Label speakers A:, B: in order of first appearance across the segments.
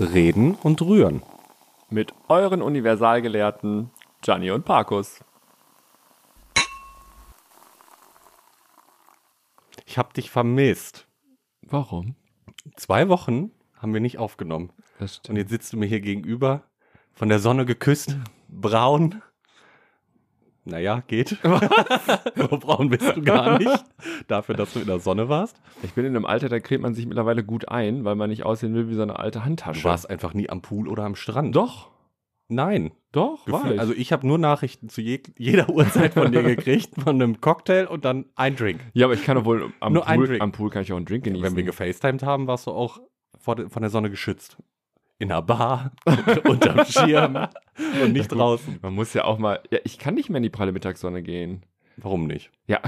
A: Reden und Rühren.
B: Mit euren Universalgelehrten Gianni und Parkus.
A: Ich hab dich vermisst.
B: Warum?
A: Zwei Wochen haben wir nicht aufgenommen.
B: Das
A: Und jetzt sitzt du mir hier gegenüber, von der Sonne geküsst, braun. Naja, geht. so braun bist du gar nicht. Dafür, dass du in der Sonne warst.
B: Ich bin in einem Alter, da cremt man sich mittlerweile gut ein, weil man nicht aussehen will wie so eine alte Handtasche.
A: Du warst einfach nie am Pool oder am Strand.
B: Doch,
A: Nein.
B: doch,
A: Gefühl-
B: war ich.
A: Also ich habe nur Nachrichten zu jeg jeder Uhrzeit von dir gekriegt, von einem Cocktail und dann ein Drink.
B: ja, aber ich kann doch wohl am,
A: Nur ein
B: Pool,
A: Drink.
B: am Pool kann ich auch einen Drink genießen.
A: Wenn wir gefacetimed haben, warst du auch vor de von der Sonne geschützt. In einer Bar, unterm Schirm und nicht draußen.
B: man muss ja auch mal. Ja, ich kann nicht mehr in die pralle Mittagssonne gehen.
A: Warum nicht?
B: Ja,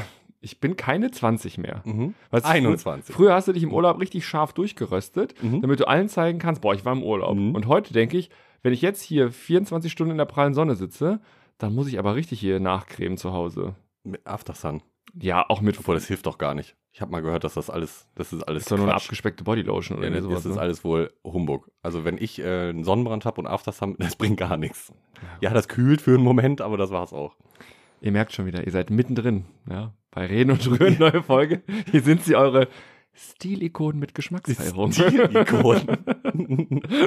B: ich bin keine 20 mehr.
A: Mhm.
B: Weißt du,
A: 21.
B: Früher hast du dich im Urlaub richtig scharf durchgeröstet,
A: Mhm.
B: damit du allen zeigen kannst, boah, ich war im Urlaub.
A: Mhm.
B: Und heute denke ich, wenn ich jetzt hier 24 Stunden in der prallen Sonne sitze, dann muss ich aber richtig hier nachcremen zu Hause.
A: Mit After Sun.
B: Ja, auch mit
A: Obwohl, das hilft doch gar nicht. Ich habe mal gehört, dass das alles, das ist alles
B: ist doch nur eine
A: Quatsch.
B: abgespeckte Bodylotion oder
A: Ja,
B: irgendwie
A: das
B: sowas.
A: ist
B: ne?
A: alles wohl Humbug. Also wenn ich äh, einen Sonnenbrand habe und After Sun, das bringt gar nichts. Ja, das kühlt für einen Moment, aber das war's auch.
B: Ihr merkt schon wieder, ihr seid mittendrin. Ja, bei Reden und Rühren, neue Folge. Hier sind sie, eure Stilikonen mit Geschmacksverirrung.
A: Stilikon.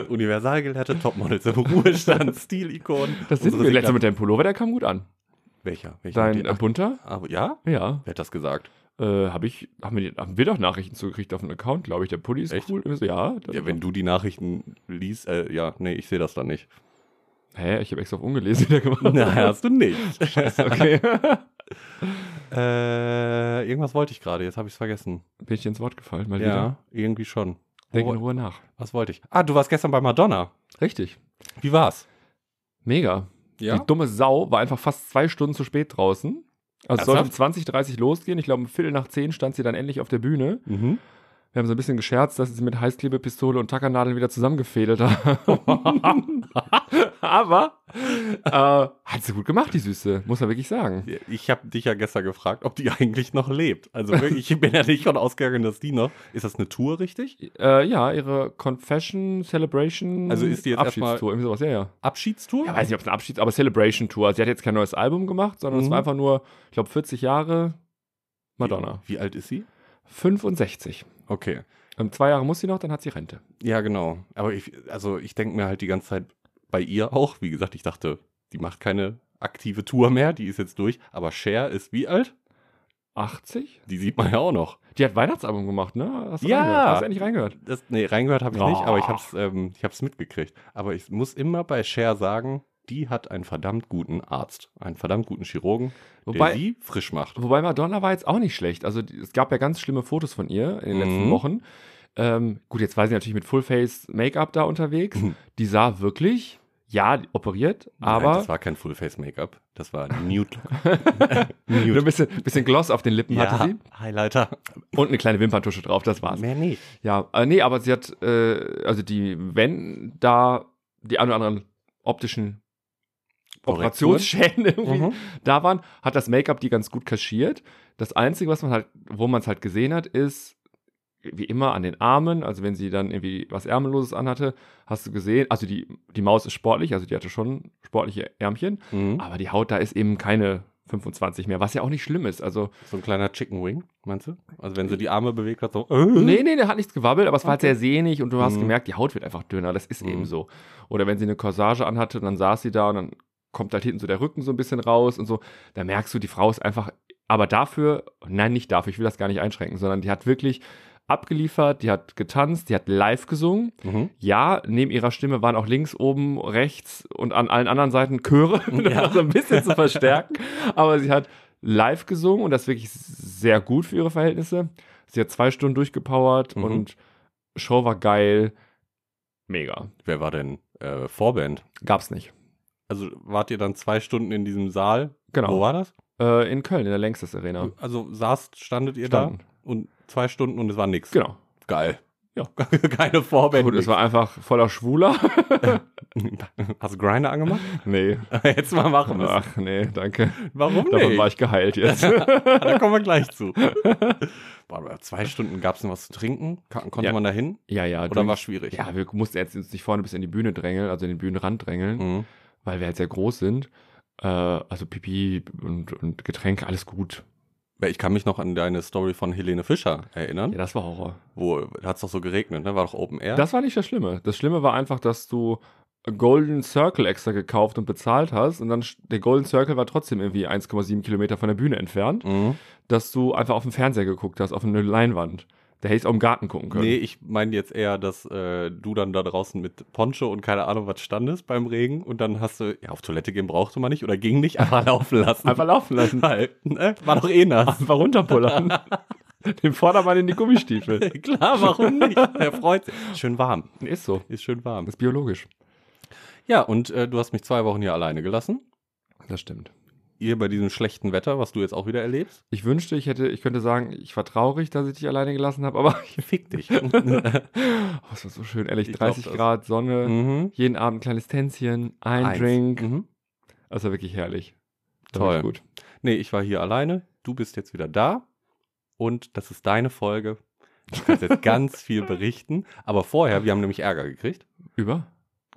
A: Universalgelehrte Topmodels im Ruhestand. Stilikon.
B: Das sind
A: Unsere
B: wir letzte
A: Signa-
B: mit deinem Pullover, der kam gut an.
A: Welcher? Welcher?
B: Dein
A: Den-
B: äh,
A: ach,
B: bunter?
A: aber, ja?
B: Ja,
A: Wer hat das gesagt?
B: äh, habe ich, haben wir, haben wir doch Nachrichten zugekriegt auf einen Account, glaube ich. Der Pulli ist
A: Echt?
B: cool. Ja, der-
A: Ja, wenn du die Nachrichten liest, äh, ja, nee, ich sehe das dann nicht.
B: Hä, ich habe extra auf ungelesen wieder gemacht.
A: Na, hast du nicht.
B: okay.
A: äh, irgendwas wollte ich gerade, jetzt habe ich es vergessen.
B: Bin ich dir ins Wort gefallen, mal wieder.
A: Ja, irgendwie schon.
B: Denk in
A: Wo-
B: Ruhe nach.
A: was wollte ich? Ah, du warst gestern bei Madonna.
B: Oh. Richtig.
A: Wie war's?
B: Mega. Die dumme Sau war einfach fast zwei Stunden zu spät draußen. Also es sollte um
A: Ernsthaft?
B: 20, 30 losgehen. Ich glaube, um Viertel nach zehn stand sie dann endlich auf der Bühne.
A: Mhm.
B: Wir haben so ein bisschen gescherzt, dass sie sie mit Heißklebepistole und Tackernadeln wieder zusammengefädelt haben. Aber äh, hat sie gut gemacht, die Süße. Muss man wirklich sagen.
A: Ich habe dich ja gestern gefragt, ob die eigentlich noch lebt. Also wirklich, ich bin ja nicht von ausgegangen, dass die noch. Ist das eine Tour, richtig?
B: Äh, ja, ihre Confession, Celebration,
A: Also ist die jetzt erstmal-
B: Abschiedstour, irgendwie sowas, ja, ja.
A: Abschiedstour?
B: Ja, weiß nicht, ob es ein Abschied, aber Celebration Tour. Also Sie hat jetzt kein neues Album gemacht, sondern es
A: Mhm.
B: war einfach nur, ich glaube, 40 Jahre Madonna.
A: Wie, wie alt ist sie?
B: 65.
A: Okay.
B: Ähm, zwei Jahre muss sie noch, dann hat sie Rente.
A: Ja, genau. Aber ich, also ich denke mir halt die ganze Zeit bei ihr auch. Wie gesagt, ich dachte, die macht keine aktive Tour mehr, die ist jetzt durch. Aber Cher ist wie alt?
B: 80?
A: Die sieht man ja auch noch.
B: Die hat Weihnachtsalbum gemacht, ne? Hast du
A: Ja.
B: reingehört? Hast du endlich reingehört?
A: Das, nee, reingehört habe ich
B: Oh.
A: nicht, aber ich habe es ähm, ich hab's mitgekriegt. Aber ich muss immer bei Cher sagen, die hat einen verdammt guten Arzt, einen verdammt guten Chirurgen, der
B: Wobei,
A: sie frisch macht.
B: wobei Madonna war jetzt auch nicht schlecht. Also die- es gab ja ganz schlimme Fotos von ihr in den letzten
A: Mhm.
B: Wochen. Ähm, gut, jetzt war sie natürlich mit Fullface-Make-up da unterwegs.
A: Mhm.
B: Die sah wirklich, ja, operiert,
A: Nein,
B: aber
A: das war kein Full-Face-Make-up, das war Nude.
B: nur ein bisschen, bisschen Gloss auf den Lippen hatte sie.
A: Highlighter.
B: Und eine kleine Wimperntusche drauf, das war's.
A: Mehr nicht.
B: Ja, äh, nee, aber sie hat, äh, also die, wenn da die ein oder anderen optischen Operationsschäden irgendwie
A: Mhm.
B: da waren, hat das Make-up die ganz gut kaschiert. Das Einzige, was man halt, wo man es halt gesehen hat, ist, wie immer an den Armen, also wenn sie dann irgendwie was Ärmelloses anhatte, hast du gesehen, also die, die Maus ist sportlich, also die hatte schon sportliche Ärmchen,
A: Mhm.
B: aber die Haut da ist eben keine 25 mehr, was ja auch nicht schlimm ist. Also
A: So ein kleiner Chicken Wing, meinst du? Also wenn sie die Arme bewegt hat, so.
B: Nee, nee, der hat nichts gewabbelt, aber es war halt
A: Okay.
B: sehr sehnig und du hast
A: Mhm.
B: gemerkt, die Haut wird einfach dünner, das ist
A: Mhm.
B: eben so. Oder wenn sie eine Corsage anhatte und dann saß sie da und dann kommt halt hinten so der Rücken so ein bisschen raus und so, da merkst du, die Frau ist einfach, aber dafür, nein, nicht dafür, ich will das gar nicht einschränken, sondern die hat wirklich abgeliefert, die hat getanzt, die hat live gesungen.
A: Mhm.
B: Ja, neben ihrer Stimme waren auch links, oben, rechts und an allen anderen Seiten Chöre, um das
A: Ja.
B: noch so ein bisschen zu verstärken. Aber sie hat live gesungen und das wirklich sehr gut für ihre Verhältnisse. Sie hat zwei Stunden durchgepowert
A: Mhm.
B: und Show war geil. Mega.
A: Wer war denn äh, Vorband?
B: Gab's nicht.
A: Also wart ihr dann zwei Stunden in diesem Saal? Wo
B: Genau.
A: war das?
B: Äh, in Köln, in der Längstes Arena.
A: Also saßt, standet ihr
B: Standen.
A: da und zwei Stunden und es war nix.
B: Genau.
A: Geil. Ja, keine Vorbände.
B: Gut, es war einfach voller Schwuler.
A: Hast du Grinder angemacht?
B: Nee.
A: Jetzt mal machen müssen.
B: Ach nee, danke.
A: Warum
B: Davon
A: nicht?
B: war ich geheilt jetzt.
A: da kommen wir gleich zu. Boah, aber zwei Stunden gab es noch was zu trinken. Ka- Konnte
B: Ja.
A: man da hin?
B: ja, ja.
A: Oder
B: du-
A: war schwierig?
B: Ja, wir mussten jetzt uns nicht vorne bis in die Bühne drängeln, also in den Bühnenrand drängeln,
A: Mhm.
B: weil wir halt sehr groß sind. Äh, also Pipi und, und Getränke, alles gut.
A: Weil Ich kann mich noch an deine Story von Helene Fischer erinnern.
B: Ja, das war Horror.
A: Wo hat es doch so geregnet, ne? War doch Open Air.
B: Das war nicht das Schlimme. Das Schlimme war einfach, dass du Golden Circle extra gekauft und bezahlt hast und dann sch- der Golden Circle war trotzdem irgendwie 1,7 Kilometer von der Bühne entfernt,
A: mhm.
B: dass du einfach auf den Fernseher geguckt hast, auf eine Leinwand. Da hätte ich auch im Garten gucken können.
A: Nee, ich meine jetzt eher, dass äh, du dann da draußen mit Poncho und keine Ahnung was standest beim Regen und dann hast du, ja, auf Toilette gehen brauchte man nicht oder ging nicht, aber laufen lassen.
B: Einfach laufen lassen.
A: Weil, ne? War doch eh nass.
B: Einfach runterpullern. Den Vordermann in die Gummistiefel.
A: Klar, warum nicht? Er freut sich. Schön warm.
B: Ist so.
A: Ist schön warm.
B: Ist biologisch.
A: Ja, und äh, du hast mich zwei Wochen hier alleine gelassen.
B: Das stimmt.
A: Ihr bei diesem schlechten Wetter, was du jetzt auch wieder erlebst.
B: Ich wünschte, ich hätte, ich könnte sagen, ich war traurig, dass ich dich alleine gelassen habe, aber
A: Fick dich.
B: oh, es war so schön, ehrlich,
A: Ich glaub
B: 30
A: das.
B: Grad, Sonne,
A: mhm.
B: jeden Abend ein kleines Tänzchen, ein
A: Eins.
B: Drink.
A: Mhm.
B: Das war wirklich herrlich. Das
A: Toll.
B: war wirklich Gut.
A: Nee, ich war hier alleine. Du bist jetzt wieder da. Und das ist deine Folge. Du kannst jetzt ganz viel berichten. Aber vorher, wir haben nämlich Ärger gekriegt.
B: Über?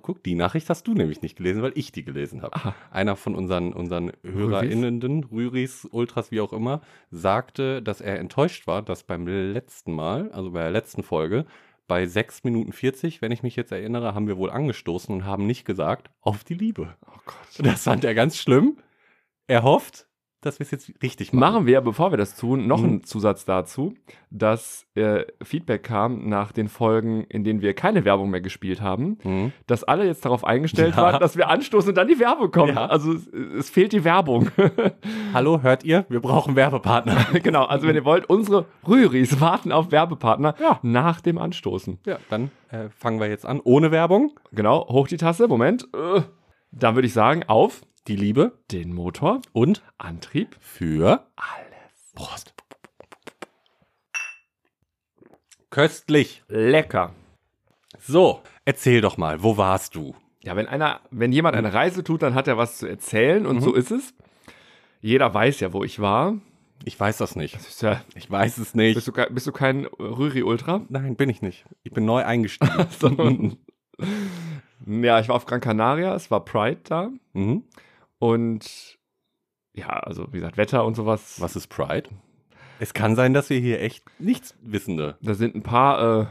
A: Guck, die Nachricht hast du nämlich nicht gelesen, weil ich die gelesen habe.
B: Ah,
A: Einer von unseren, unseren HörerInnen, Rüris, Ultras, wie auch immer, sagte, dass er enttäuscht war, dass beim letzten Mal, also bei der letzten Folge, bei 6 Minuten 40, wenn ich mich jetzt erinnere, haben wir wohl angestoßen und haben nicht gesagt, auf die Liebe.
B: oh Gott.
A: Das fand er ganz schlimm. Er hofft, dass wir es jetzt richtig machen.
B: Machen wir, bevor wir das tun, noch
A: Mhm.
B: einen Zusatz dazu, dass äh, Feedback kam nach den Folgen, in denen wir keine Werbung mehr gespielt haben,
A: Mhm.
B: dass alle jetzt darauf eingestellt
A: Ja.
B: waren, dass wir anstoßen und dann die Werbung kommt.
A: Ja.
B: Also es, es fehlt die Werbung.
A: Hallo, hört ihr? Wir brauchen Werbepartner.
B: genau, also wenn ihr wollt, unsere Rüris warten auf Werbepartner
A: Ja.
B: nach dem Anstoßen.
A: Ja, dann äh, fangen wir jetzt an. Ohne Werbung.
B: Genau, hoch die Tasse, Moment. Äh, Dann würde ich sagen, auf
A: Die Liebe
B: den Motor,
A: und
B: Antrieb,
A: für
B: alles.
A: Prost. Köstlich.
B: Lecker.
A: So, erzähl doch mal, wo warst du?
B: Ja, wenn einer, wenn jemand eine Reise tut, dann hat er was zu erzählen und so
A: Mhm.
B: ist es. Jeder weiß ja, wo ich war.
A: Ich weiß das nicht.
B: Das ist ja,
A: Ich weiß es nicht.
B: bist, du, ke- bist du kein Rüri-Ultra?
A: Nein, bin ich nicht. Ich bin neu eingestiegen.
B: So. ja, ich war auf Gran Canaria, es war Pride da
A: mhm.
B: und ja, also wie gesagt, Wetter und sowas.
A: Was ist Pride? Es kann sein, dass wir hier echt nichts Wissende.
B: Da sind ein paar äh,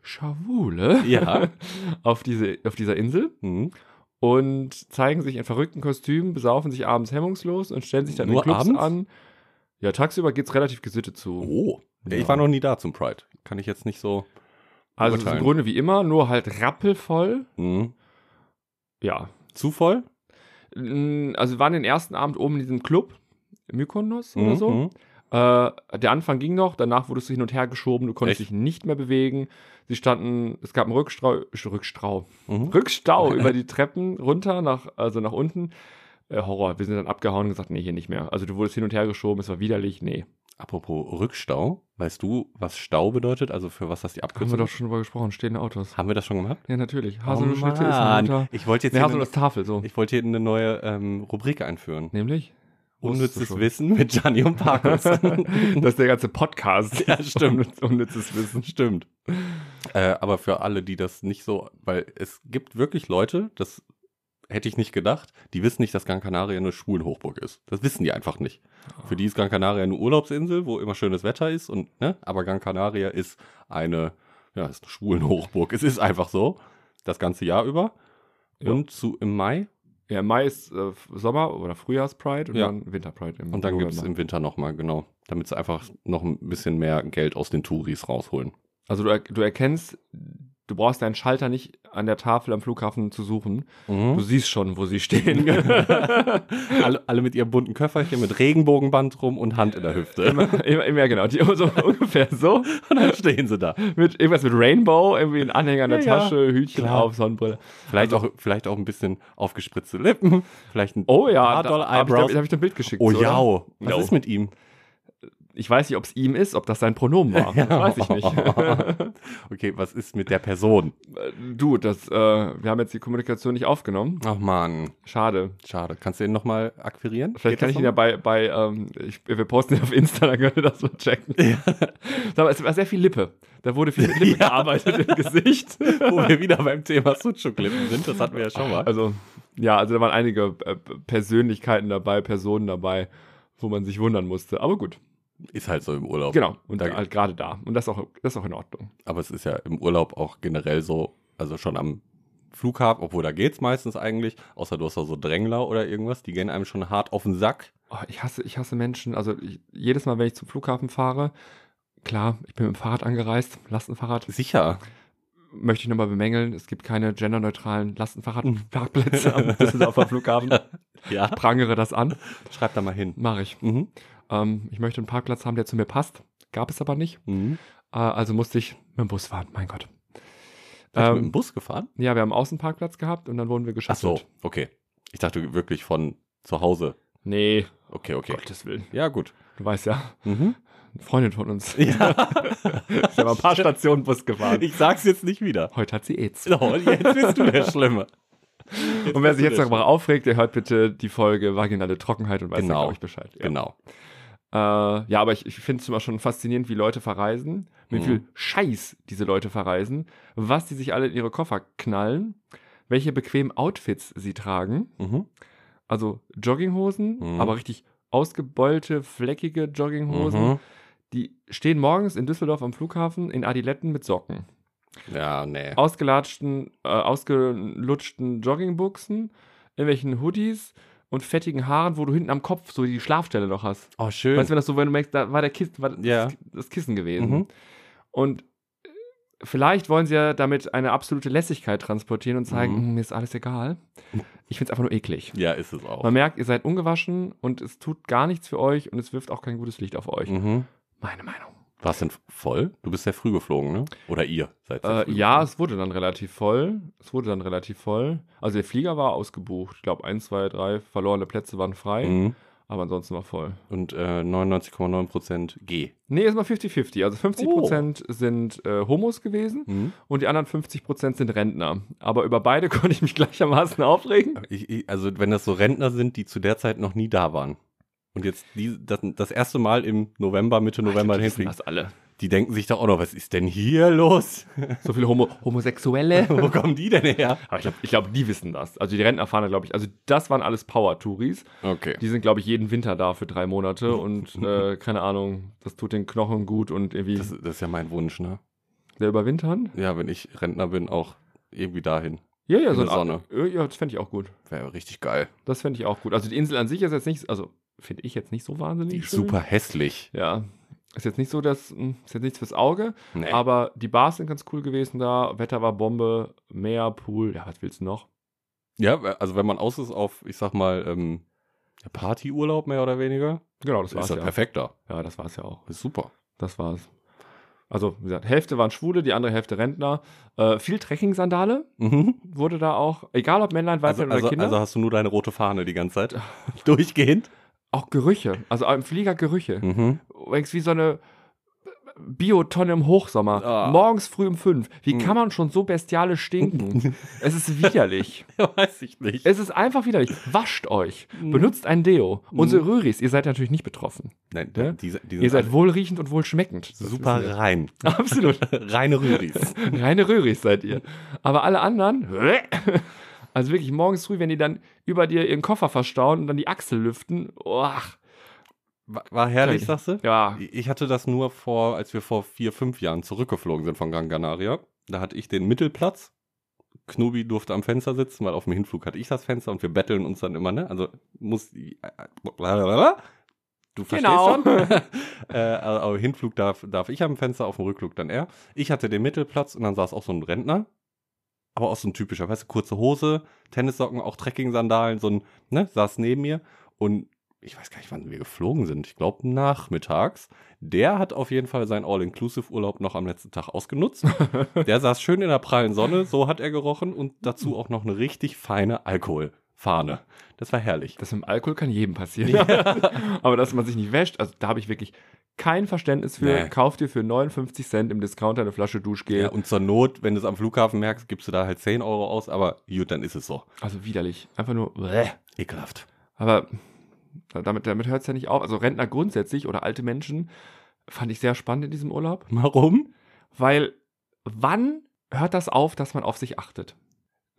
B: Schawule
A: Ja.
B: auf, diese, auf dieser Insel.
A: Mhm.
B: und zeigen sich in verrückten Kostümen, besaufen sich abends hemmungslos und stellen sich dann
A: Nur
B: in Clubs
A: abends?
B: an. Ja, tagsüber geht's relativ gesittet zu.
A: Oh. Ich
B: Ja.
A: war noch nie da zum Pride. Kann ich jetzt nicht so.
B: also es ist im
A: urteilen.
B: Grunde wie immer, nur halt rappelvoll.
A: Mhm.
B: Ja.
A: Zu voll?
B: Mm, Also wir waren den ersten Abend oben in diesem Club, Mykonos oder
A: Mhm,
B: so.
A: mhm.
B: Äh, der Anfang ging noch, danach wurdest du hin und her geschoben, du konntest
A: Echt?
B: dich nicht mehr bewegen. Sie standen, es gab einen Rückstrau, Rückstrau,
A: Mhm.
B: Rückstau über die Treppen runter, nach, also nach unten. Äh, Horror, wir sind dann abgehauen und gesagt, nee, hier nicht mehr. Also du wurdest hin und her geschoben, es war widerlich, nee.
A: Apropos Rückstau, weißt du, was Stau bedeutet? Also für was das die
B: Haben
A: Abkürzung
B: wir doch schon drüber gesprochen, stehende Autos.
A: Haben wir das schon gemacht?
B: Ja, natürlich.
A: Oh
B: Haselnussschnitte ist
A: Mann.
B: ein guter.
A: Ich wollte jetzt
B: Nee,
A: hier eine,
B: Haselnusstafel, so.
A: ich wollte hier eine neue ähm, Rubrik einführen.
B: Nämlich? Wusstest du
A: Unnützes
B: schon.
A: Wissen mit Gianni und Parkus.
B: Das ist der ganze Podcast.
A: Ja, stimmt.
B: Unnütz- Unnützes Wissen.
A: Stimmt. Äh, aber für alle, die das nicht so, weil es gibt wirklich Leute, das hätte ich nicht gedacht, die wissen nicht, dass Gran Canaria eine Schwulenhochburg ist. Das wissen die einfach nicht.
B: Oh.
A: Für die ist Gran Canaria eine Urlaubsinsel, wo immer schönes Wetter ist und, ne, aber Gran Canaria ist eine, ja, ist eine Schwulenhochburg. Es ist einfach so. Das ganze Jahr über.
B: Ja.
A: Und zu im Mai.
B: Ja, im Mai ist äh, Sommer- oder Frühjahrspride und
A: Ja.
B: dann Winterpride. Im
A: Und dann gibt es
B: November.
A: im Winter nochmal, genau. Damit sie einfach noch ein bisschen mehr Geld aus den Touris rausholen.
B: Also du, er- du erkennst, du brauchst deinen Schalter nicht an der Tafel am Flughafen zu suchen. Du siehst schon, wo sie stehen.
A: alle, alle mit ihrem bunten Köfferchen, mit Regenbogenband rum und Hand in der Hüfte.
B: immer, immer, immer genau. Die, so, ungefähr so.
A: Und dann stehen sie da.
B: Mit, irgendwas mit Rainbow, irgendwie ein Anhänger in der
A: Ja, ja.
B: Tasche, Hütchen
A: Klar.
B: auf, Sonnenbrille.
A: Vielleicht, auch, vielleicht auch ein bisschen aufgespritzte Lippen. Vielleicht ein
B: Oh ja,
A: Hard Doll
B: habe ich,
A: Eyebrows.
B: da hab ich dir ein Bild geschickt.
A: Oh
B: oder?
A: ja, was
B: No.
A: ist mit ihm?
B: ich weiß nicht, ob es ihm ist, ob das sein Pronomen war.
A: Ja.
B: Weiß ich nicht.
A: Okay, was ist mit der Person?
B: du, das, äh, wir haben jetzt die Kommunikation nicht aufgenommen.
A: Ach man,
B: Schade.
A: schade. Kannst du den nochmal akquirieren?
B: Vielleicht kann ich ihn ja
A: ja
B: bei, bei ähm, ich, wir posten ihn auf Insta, dann könnt ihr das mal checken. Sag mal, es war sehr viel Lippe. Da wurde viel mit Lippe
A: Ja.
B: gearbeitet im Gesicht.
A: Wo wir wieder beim Thema Sucuk-Lippen sind, das hatten wir ja schon mal.
B: Also, ja, also da waren einige äh, Persönlichkeiten dabei, Personen dabei, wo man sich wundern musste. Aber gut,
A: Ist halt so im Urlaub.
B: genau. Und
A: Da-
B: halt gerade da. Und das auch, das auch in Ordnung.
A: Aber es ist ja im Urlaub auch generell so, also schon am Flughafen, obwohl da geht's meistens eigentlich, außer du hast da so Drängler oder irgendwas, die gehen einem schon hart auf den Sack.
B: Oh, ich, hasse, ich hasse Menschen. Also ich, jedes Mal, wenn ich zum Flughafen fahre, klar, ich bin mit dem Fahrrad angereist, Lastenfahrrad.
A: Sicher.
B: möchte ich nochmal bemängeln, es gibt keine genderneutralen Mhm. Lastenfahrradparkplätze am Düsseldorfer Flughafen.
A: Ja.
B: Prangere das an.
A: Schreib da mal hin.
B: Mache ich.
A: Mhm.
B: Ähm, ich möchte einen Parkplatz haben, der zu mir passt. Gab es aber nicht.
A: Mhm.
B: Äh, also musste ich mit dem Bus fahren. Mein Gott.
A: Seid ihr mit
B: Ähm,
A: dem Bus gefahren?
B: Ja, wir haben einen Außenparkplatz gehabt und dann wurden wir
A: Ach
B: geschüttelt.
A: so, okay. Ich dachte wirklich von zu Hause.
B: Nee,
A: Okay, okay.
B: Gottes Willen.
A: Ja, gut.
B: Du weißt ja,
A: Mhm.
B: eine Freundin von uns.
A: Ja,
B: ist ja mal ein paar Stationen Bus gefahren.
A: ich sag's jetzt nicht wieder.
B: Heute hat sie AIDS.
A: Oh, jetzt bist du der Schlimme.
B: Und wer sich jetzt
A: bist du
B: darüber aufregt, der hört bitte die Folge Vaginale Trockenheit und weiß
A: Genau.
B: dann, glaube ich, Bescheid. Ja.
A: Genau.
B: Äh, ja, aber ich, ich finde es immer schon faszinierend, wie Leute verreisen, wie
A: Mhm.
B: viel Scheiß diese Leute verreisen, was die sich alle in ihre Koffer knallen, welche bequemen Outfits sie tragen.
A: Mhm.
B: Also Jogginghosen,
A: Mhm.
B: aber richtig ausgebeulte, fleckige Jogginghosen.
A: Mhm.
B: Die stehen morgens in Düsseldorf am Flughafen in Adiletten mit Socken,
A: Ja, nee.
B: ausgelatschten, äh, ausgelutschten Joggingbuchsen, irgendwelchen Hoodies und fettigen Haaren, wo du hinten am Kopf so die Schlafstelle noch hast.
A: Oh, schön.
B: Weißt du, wenn das so, wenn du merkst, da war der Kissen, war
A: Ja.
B: das, das Kissen gewesen.
A: Mhm.
B: Und äh, vielleicht wollen sie ja damit eine absolute Lässigkeit transportieren und zeigen,
A: Mhm.
B: "Hm, mir ist alles egal. Ich find's einfach nur eklig.
A: ja, ist es auch.
B: Man merkt, ihr seid ungewaschen und es tut gar nichts für euch und es wirft auch kein gutes Licht auf euch.
A: Mhm.
B: Meine Meinung.
A: War es denn voll? Du bist sehr früh geflogen, ne? Oder ihr seid sehr
B: Äh,
A: früh
B: ja,
A: geflogen.
B: es wurde dann relativ voll. Es wurde dann relativ voll. Also der Flieger war ausgebucht. Ich glaube, eins, zwei, drei verlorene Plätze waren frei,
A: Mhm.
B: aber ansonsten war voll.
A: Und äh, 99,9% G.
B: Nee, ist mal 50-50. Also 50%
A: Oh.
B: sind äh, Homos gewesen
A: Mhm.
B: und die anderen 50% sind Rentner. Aber über beide konnte ich mich gleichermaßen aufregen.
A: Ich, ich, also, wenn das so Rentner sind, die zu der Zeit noch nie da waren. Und jetzt die, das, das erste Mal im November, Mitte November
B: Die wissen
A: hinfliegen.
B: das alle.
A: Die denken sich doch auch noch, was ist denn hier los?
B: So viele Homo Homosexuelle.
A: Wo kommen die denn her?
B: Aber ich glaube, ich glaub, die wissen das. Also die Rentner fahren da, glaube ich. Also das waren alles Power-Touris.
A: Okay.
B: Die sind, glaube ich, jeden Winter da für drei Monate. Und äh, keine Ahnung, das tut den Knochen gut und irgendwie
A: Das, das ist ja mein Wunsch, ne?
B: der überwintern.
A: Ja, wenn ich Rentner bin, auch irgendwie dahin.
B: Ja, ja,
A: In
B: so
A: der Sonne.
B: Sonne. Ja, das fände ich auch gut.
A: Wäre richtig geil.
B: Das fände ich auch gut. Also die Insel an sich ist jetzt nicht, also finde ich jetzt nicht so wahnsinnig
A: Die ist
B: schön.
A: super hässlich.
B: Ja. Ist jetzt nicht so, dass, mh, ist jetzt nichts fürs Auge,
A: Nee.
B: aber die Bars sind ganz cool gewesen da. Wetter war Bombe, Meer, Pool, ja, was willst du noch?
A: Ja, also wenn man aus ist auf, ich sag mal, ähm, ja, Partyurlaub mehr oder weniger,
B: Genau, das
A: ist das
B: war's ja.
A: perfekter.
B: Ja, das war's ja auch.
A: Ist super.
B: Das war's. Also, wie gesagt, Hälfte waren Schwule, die andere Hälfte Rentner. Äh, viel Trekking-Sandale
A: Mhm.
B: wurde da auch, egal ob Männlein,
A: Also,
B: Weiblein
A: also,
B: oder Kinder,
A: also hast du nur deine rote Fahne die ganze Zeit durchgehend.
B: auch Gerüche. Also im Flieger Gerüche.
A: Mhm.
B: Du denkst, Wie so eine Biotonne im Hochsommer.
A: Ah.
B: Morgens früh um fünf. Wie
A: Mhm.
B: kann man schon so bestiale stinken? es ist widerlich.
A: Ja, weiß ich nicht.
B: Es ist einfach widerlich. Wascht euch.
A: Hm.
B: Benutzt ein Deo.
A: Mhm.
B: Unsere Röhris, ihr seid natürlich nicht betroffen.
A: Nein,
B: Ne?
A: die, die sind
B: Ihr seid
A: alle
B: wohlriechend und wohlschmeckend. Das wissen
A: super
B: wir.
A: rein.
B: Absolut.
A: Reine Rüris.
B: Reine Röhris seid ihr. Aber alle anderen, also wirklich morgens früh, wenn die dann über dir ihren Koffer verstauen und dann die Achsel lüften, oah,
A: War, war herrlich,
B: Okay.
A: sagst du?
B: ja,
A: Ich hatte das nur vor, als wir vor vier, fünf Jahren zurückgeflogen sind von Gran Canaria. Da hatte ich den Mittelplatz. Knobi durfte am Fenster sitzen, weil auf dem Hinflug hatte ich das Fenster und wir betteln uns dann immer, ne? Also muss. Du verstehst
B: Genau.
A: schon. äh, also auf dem Hinflug darf, darf ich am Fenster, auf dem Rückflug dann er. Ich hatte den Mittelplatz und dann saß auch so ein Rentner. Aber auch so ein typischer, weißt du, kurze Hose, Tennissocken, auch Trekking-Sandalen, so ein, ne, saß neben mir. Und ich weiß gar nicht, wann wir geflogen sind. Ich glaube, nachmittags. Der hat auf jeden Fall seinen All-Inclusive-Urlaub noch am letzten Tag ausgenutzt. Der saß schön in der prallen Sonne, so hat er gerochen und dazu auch noch eine richtig feine Alkoholflasche Fahne. Das war herrlich.
B: Das mit dem Alkohol kann jedem passieren. Aber dass man sich nicht wäscht, also da habe ich wirklich kein Verständnis für.
A: Nee.
B: Kauf dir für 59 Cent im Discounter eine Flasche Duschgel.
A: Ja, und zur Not, wenn du es am Flughafen merkst, gibst du da halt 10 Euro aus, aber gut, dann ist es so.
B: Also widerlich. Einfach nur. Bleh.
A: Ekelhaft.
B: Aber damit, damit hört es ja nicht auf. Also Rentner grundsätzlich oder alte Menschen fand ich sehr spannend in diesem Urlaub.
A: Warum?
B: Weil wann hört das auf, dass man auf sich achtet?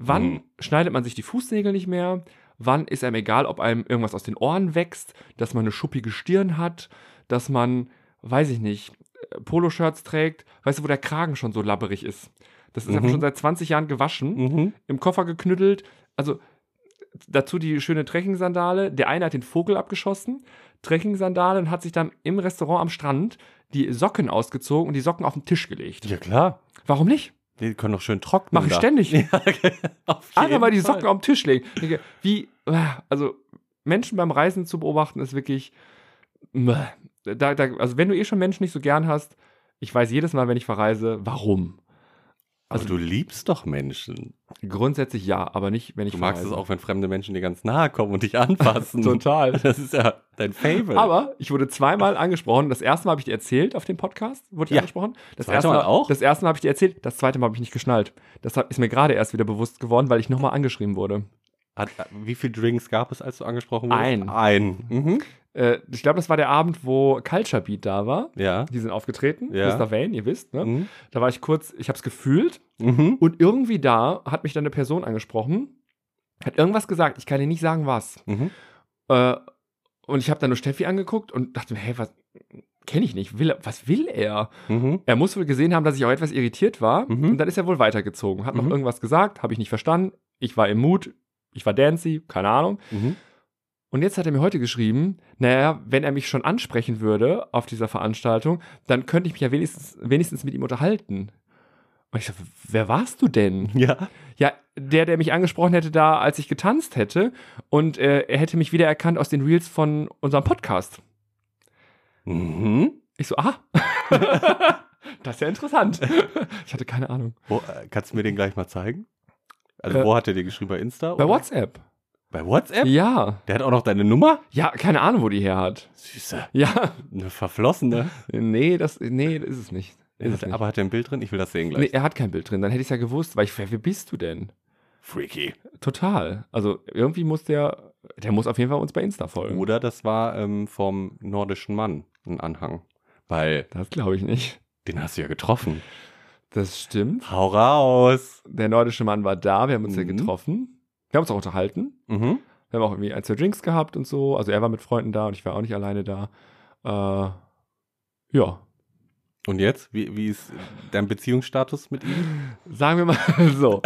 B: Wann
A: Hm.
B: schneidet man sich die Fußnägel nicht mehr? Wann ist einem egal, ob einem irgendwas aus den Ohren wächst, dass man eine schuppige Stirn hat, dass man, weiß ich nicht, äh, Poloshirts trägt, weißt du, wo der Kragen schon so labberig ist? Das ist einfach
A: Mhm.
B: schon seit 20 Jahren gewaschen
A: Mhm.
B: im Koffer geknüttelt. Also dazu die schöne Trekking-Sandale. Der eine hat den Vogel abgeschossen, Trekking-Sandale und hat sich dann im Restaurant am Strand die Socken ausgezogen und die Socken auf den Tisch gelegt.
A: Ja, klar.
B: Warum nicht?
A: Die können doch schön trocknen.
B: Mache ich
A: da.
B: ständig.
A: Auf
B: Einfach
A: jeden
B: mal die
A: Fall.
B: Socken auf den Tisch legen. Ich denke, Wie, ah, also Menschen beim Reisen zu beobachten ist wirklich, meh. da, da, also wenn du eh schon Menschen nicht so gern hast, ich weiß jedes Mal, wenn ich verreise, warum.
A: Aber Also du liebst doch Menschen.
B: Grundsätzlich ja, aber nicht, wenn ich
A: Du magst es
B: verreise.
A: auch, wenn fremde Menschen dir ganz nahe kommen und dich anfassen.
B: Total.
A: Das ist ja dein Favorite.
B: Aber ich wurde zweimal angesprochen. Das erste Mal habe ich dir erzählt auf dem Podcast, wurde ich
A: Ja.
B: angesprochen. Das
A: Zweite
B: erste
A: Mal auch?
B: Das erste Mal habe ich dir erzählt, das zweite Mal habe ich nicht geschnallt. Das hat- ist mir gerade erst wieder bewusst geworden, weil ich nochmal angeschrieben wurde.
A: Hat, wie viele Drinks gab es, als du angesprochen wurdest?
B: Ein.
A: Ein. Mhm.
B: Äh, ich glaube, das war der Abend, wo Culture Beat da war.
A: Ja.
B: Die sind aufgetreten.
A: Ja.
B: Mr. Vane, ihr wisst, ne?
A: Mhm.
B: Da war ich kurz, ich habe es gefühlt.
A: Mhm.
B: Und irgendwie da hat mich dann eine Person angesprochen, hat irgendwas gesagt. Ich kann dir nicht sagen, was.
A: Mhm.
B: Äh, und ich habe dann nur Steffi angeguckt und dachte mir, hey, was kenne ich nicht? Will, er- was will er?
A: Mhm.
B: Er muss wohl gesehen haben, dass ich auch etwas irritiert war.
A: Mhm.
B: Und dann ist er wohl weitergezogen. Hat noch
A: Mhm.
B: irgendwas gesagt, habe ich nicht verstanden. Ich war im Mut. Ich war dancy, keine Ahnung.
A: Mhm.
B: Und jetzt hat er mir heute geschrieben, naja, wenn er mich schon ansprechen würde auf dieser Veranstaltung, dann könnte ich mich ja wenigstens, wenigstens mit ihm unterhalten. Und ich so, wer warst du denn?
A: Ja.
B: Ja, der, der mich angesprochen hätte da, als ich getanzt hätte. Und äh, er hätte mich wiedererkannt aus den Reels von unserem Podcast.
A: Mhm.
B: Ich so, ah, das ist ja interessant. Ich hatte keine Ahnung.
A: Wo, äh, kannst du mir den gleich mal zeigen? Also,
B: Äh,
A: wo hat er dir geschrieben? Bei Insta?
B: Bei
A: oder?
B: WhatsApp.
A: Bei WhatsApp?
B: Ja.
A: Der hat auch noch deine Nummer?
B: Ja, keine Ahnung, wo die her hat.
A: Süße.
B: Ja.
A: Eine verflossene.
B: Nee, das, nee, das ist es nicht. Ist es
A: Hat-
B: nicht.
A: aber hat er ein Bild drin? Ich will das sehen
B: nee,
A: gleich.
B: er hat kein Bild drin, dann hätte ich es ja gewusst, weil ich, wer, wer bist du denn?
A: Freaky.
B: Total. Also irgendwie muss der, der muss auf jeden Fall uns bei Insta folgen.
A: Oder das war ähm, vom nordischen Mann ein Anhang. Weil
B: Das glaube ich nicht.
A: den hast du ja getroffen.
B: Das stimmt.
A: Hau raus.
B: Der nordische Mann war da, wir haben uns ja
A: Mhm.
B: getroffen. Wir haben uns auch unterhalten.
A: Mhm.
B: Wir haben auch irgendwie ein, zwei Drinks gehabt und so. Also er war mit Freunden da und ich war auch nicht alleine da. Äh, ja,
A: Und jetzt? Wie, wie ist dein Beziehungsstatus mit ihm?
B: Sagen wir mal so.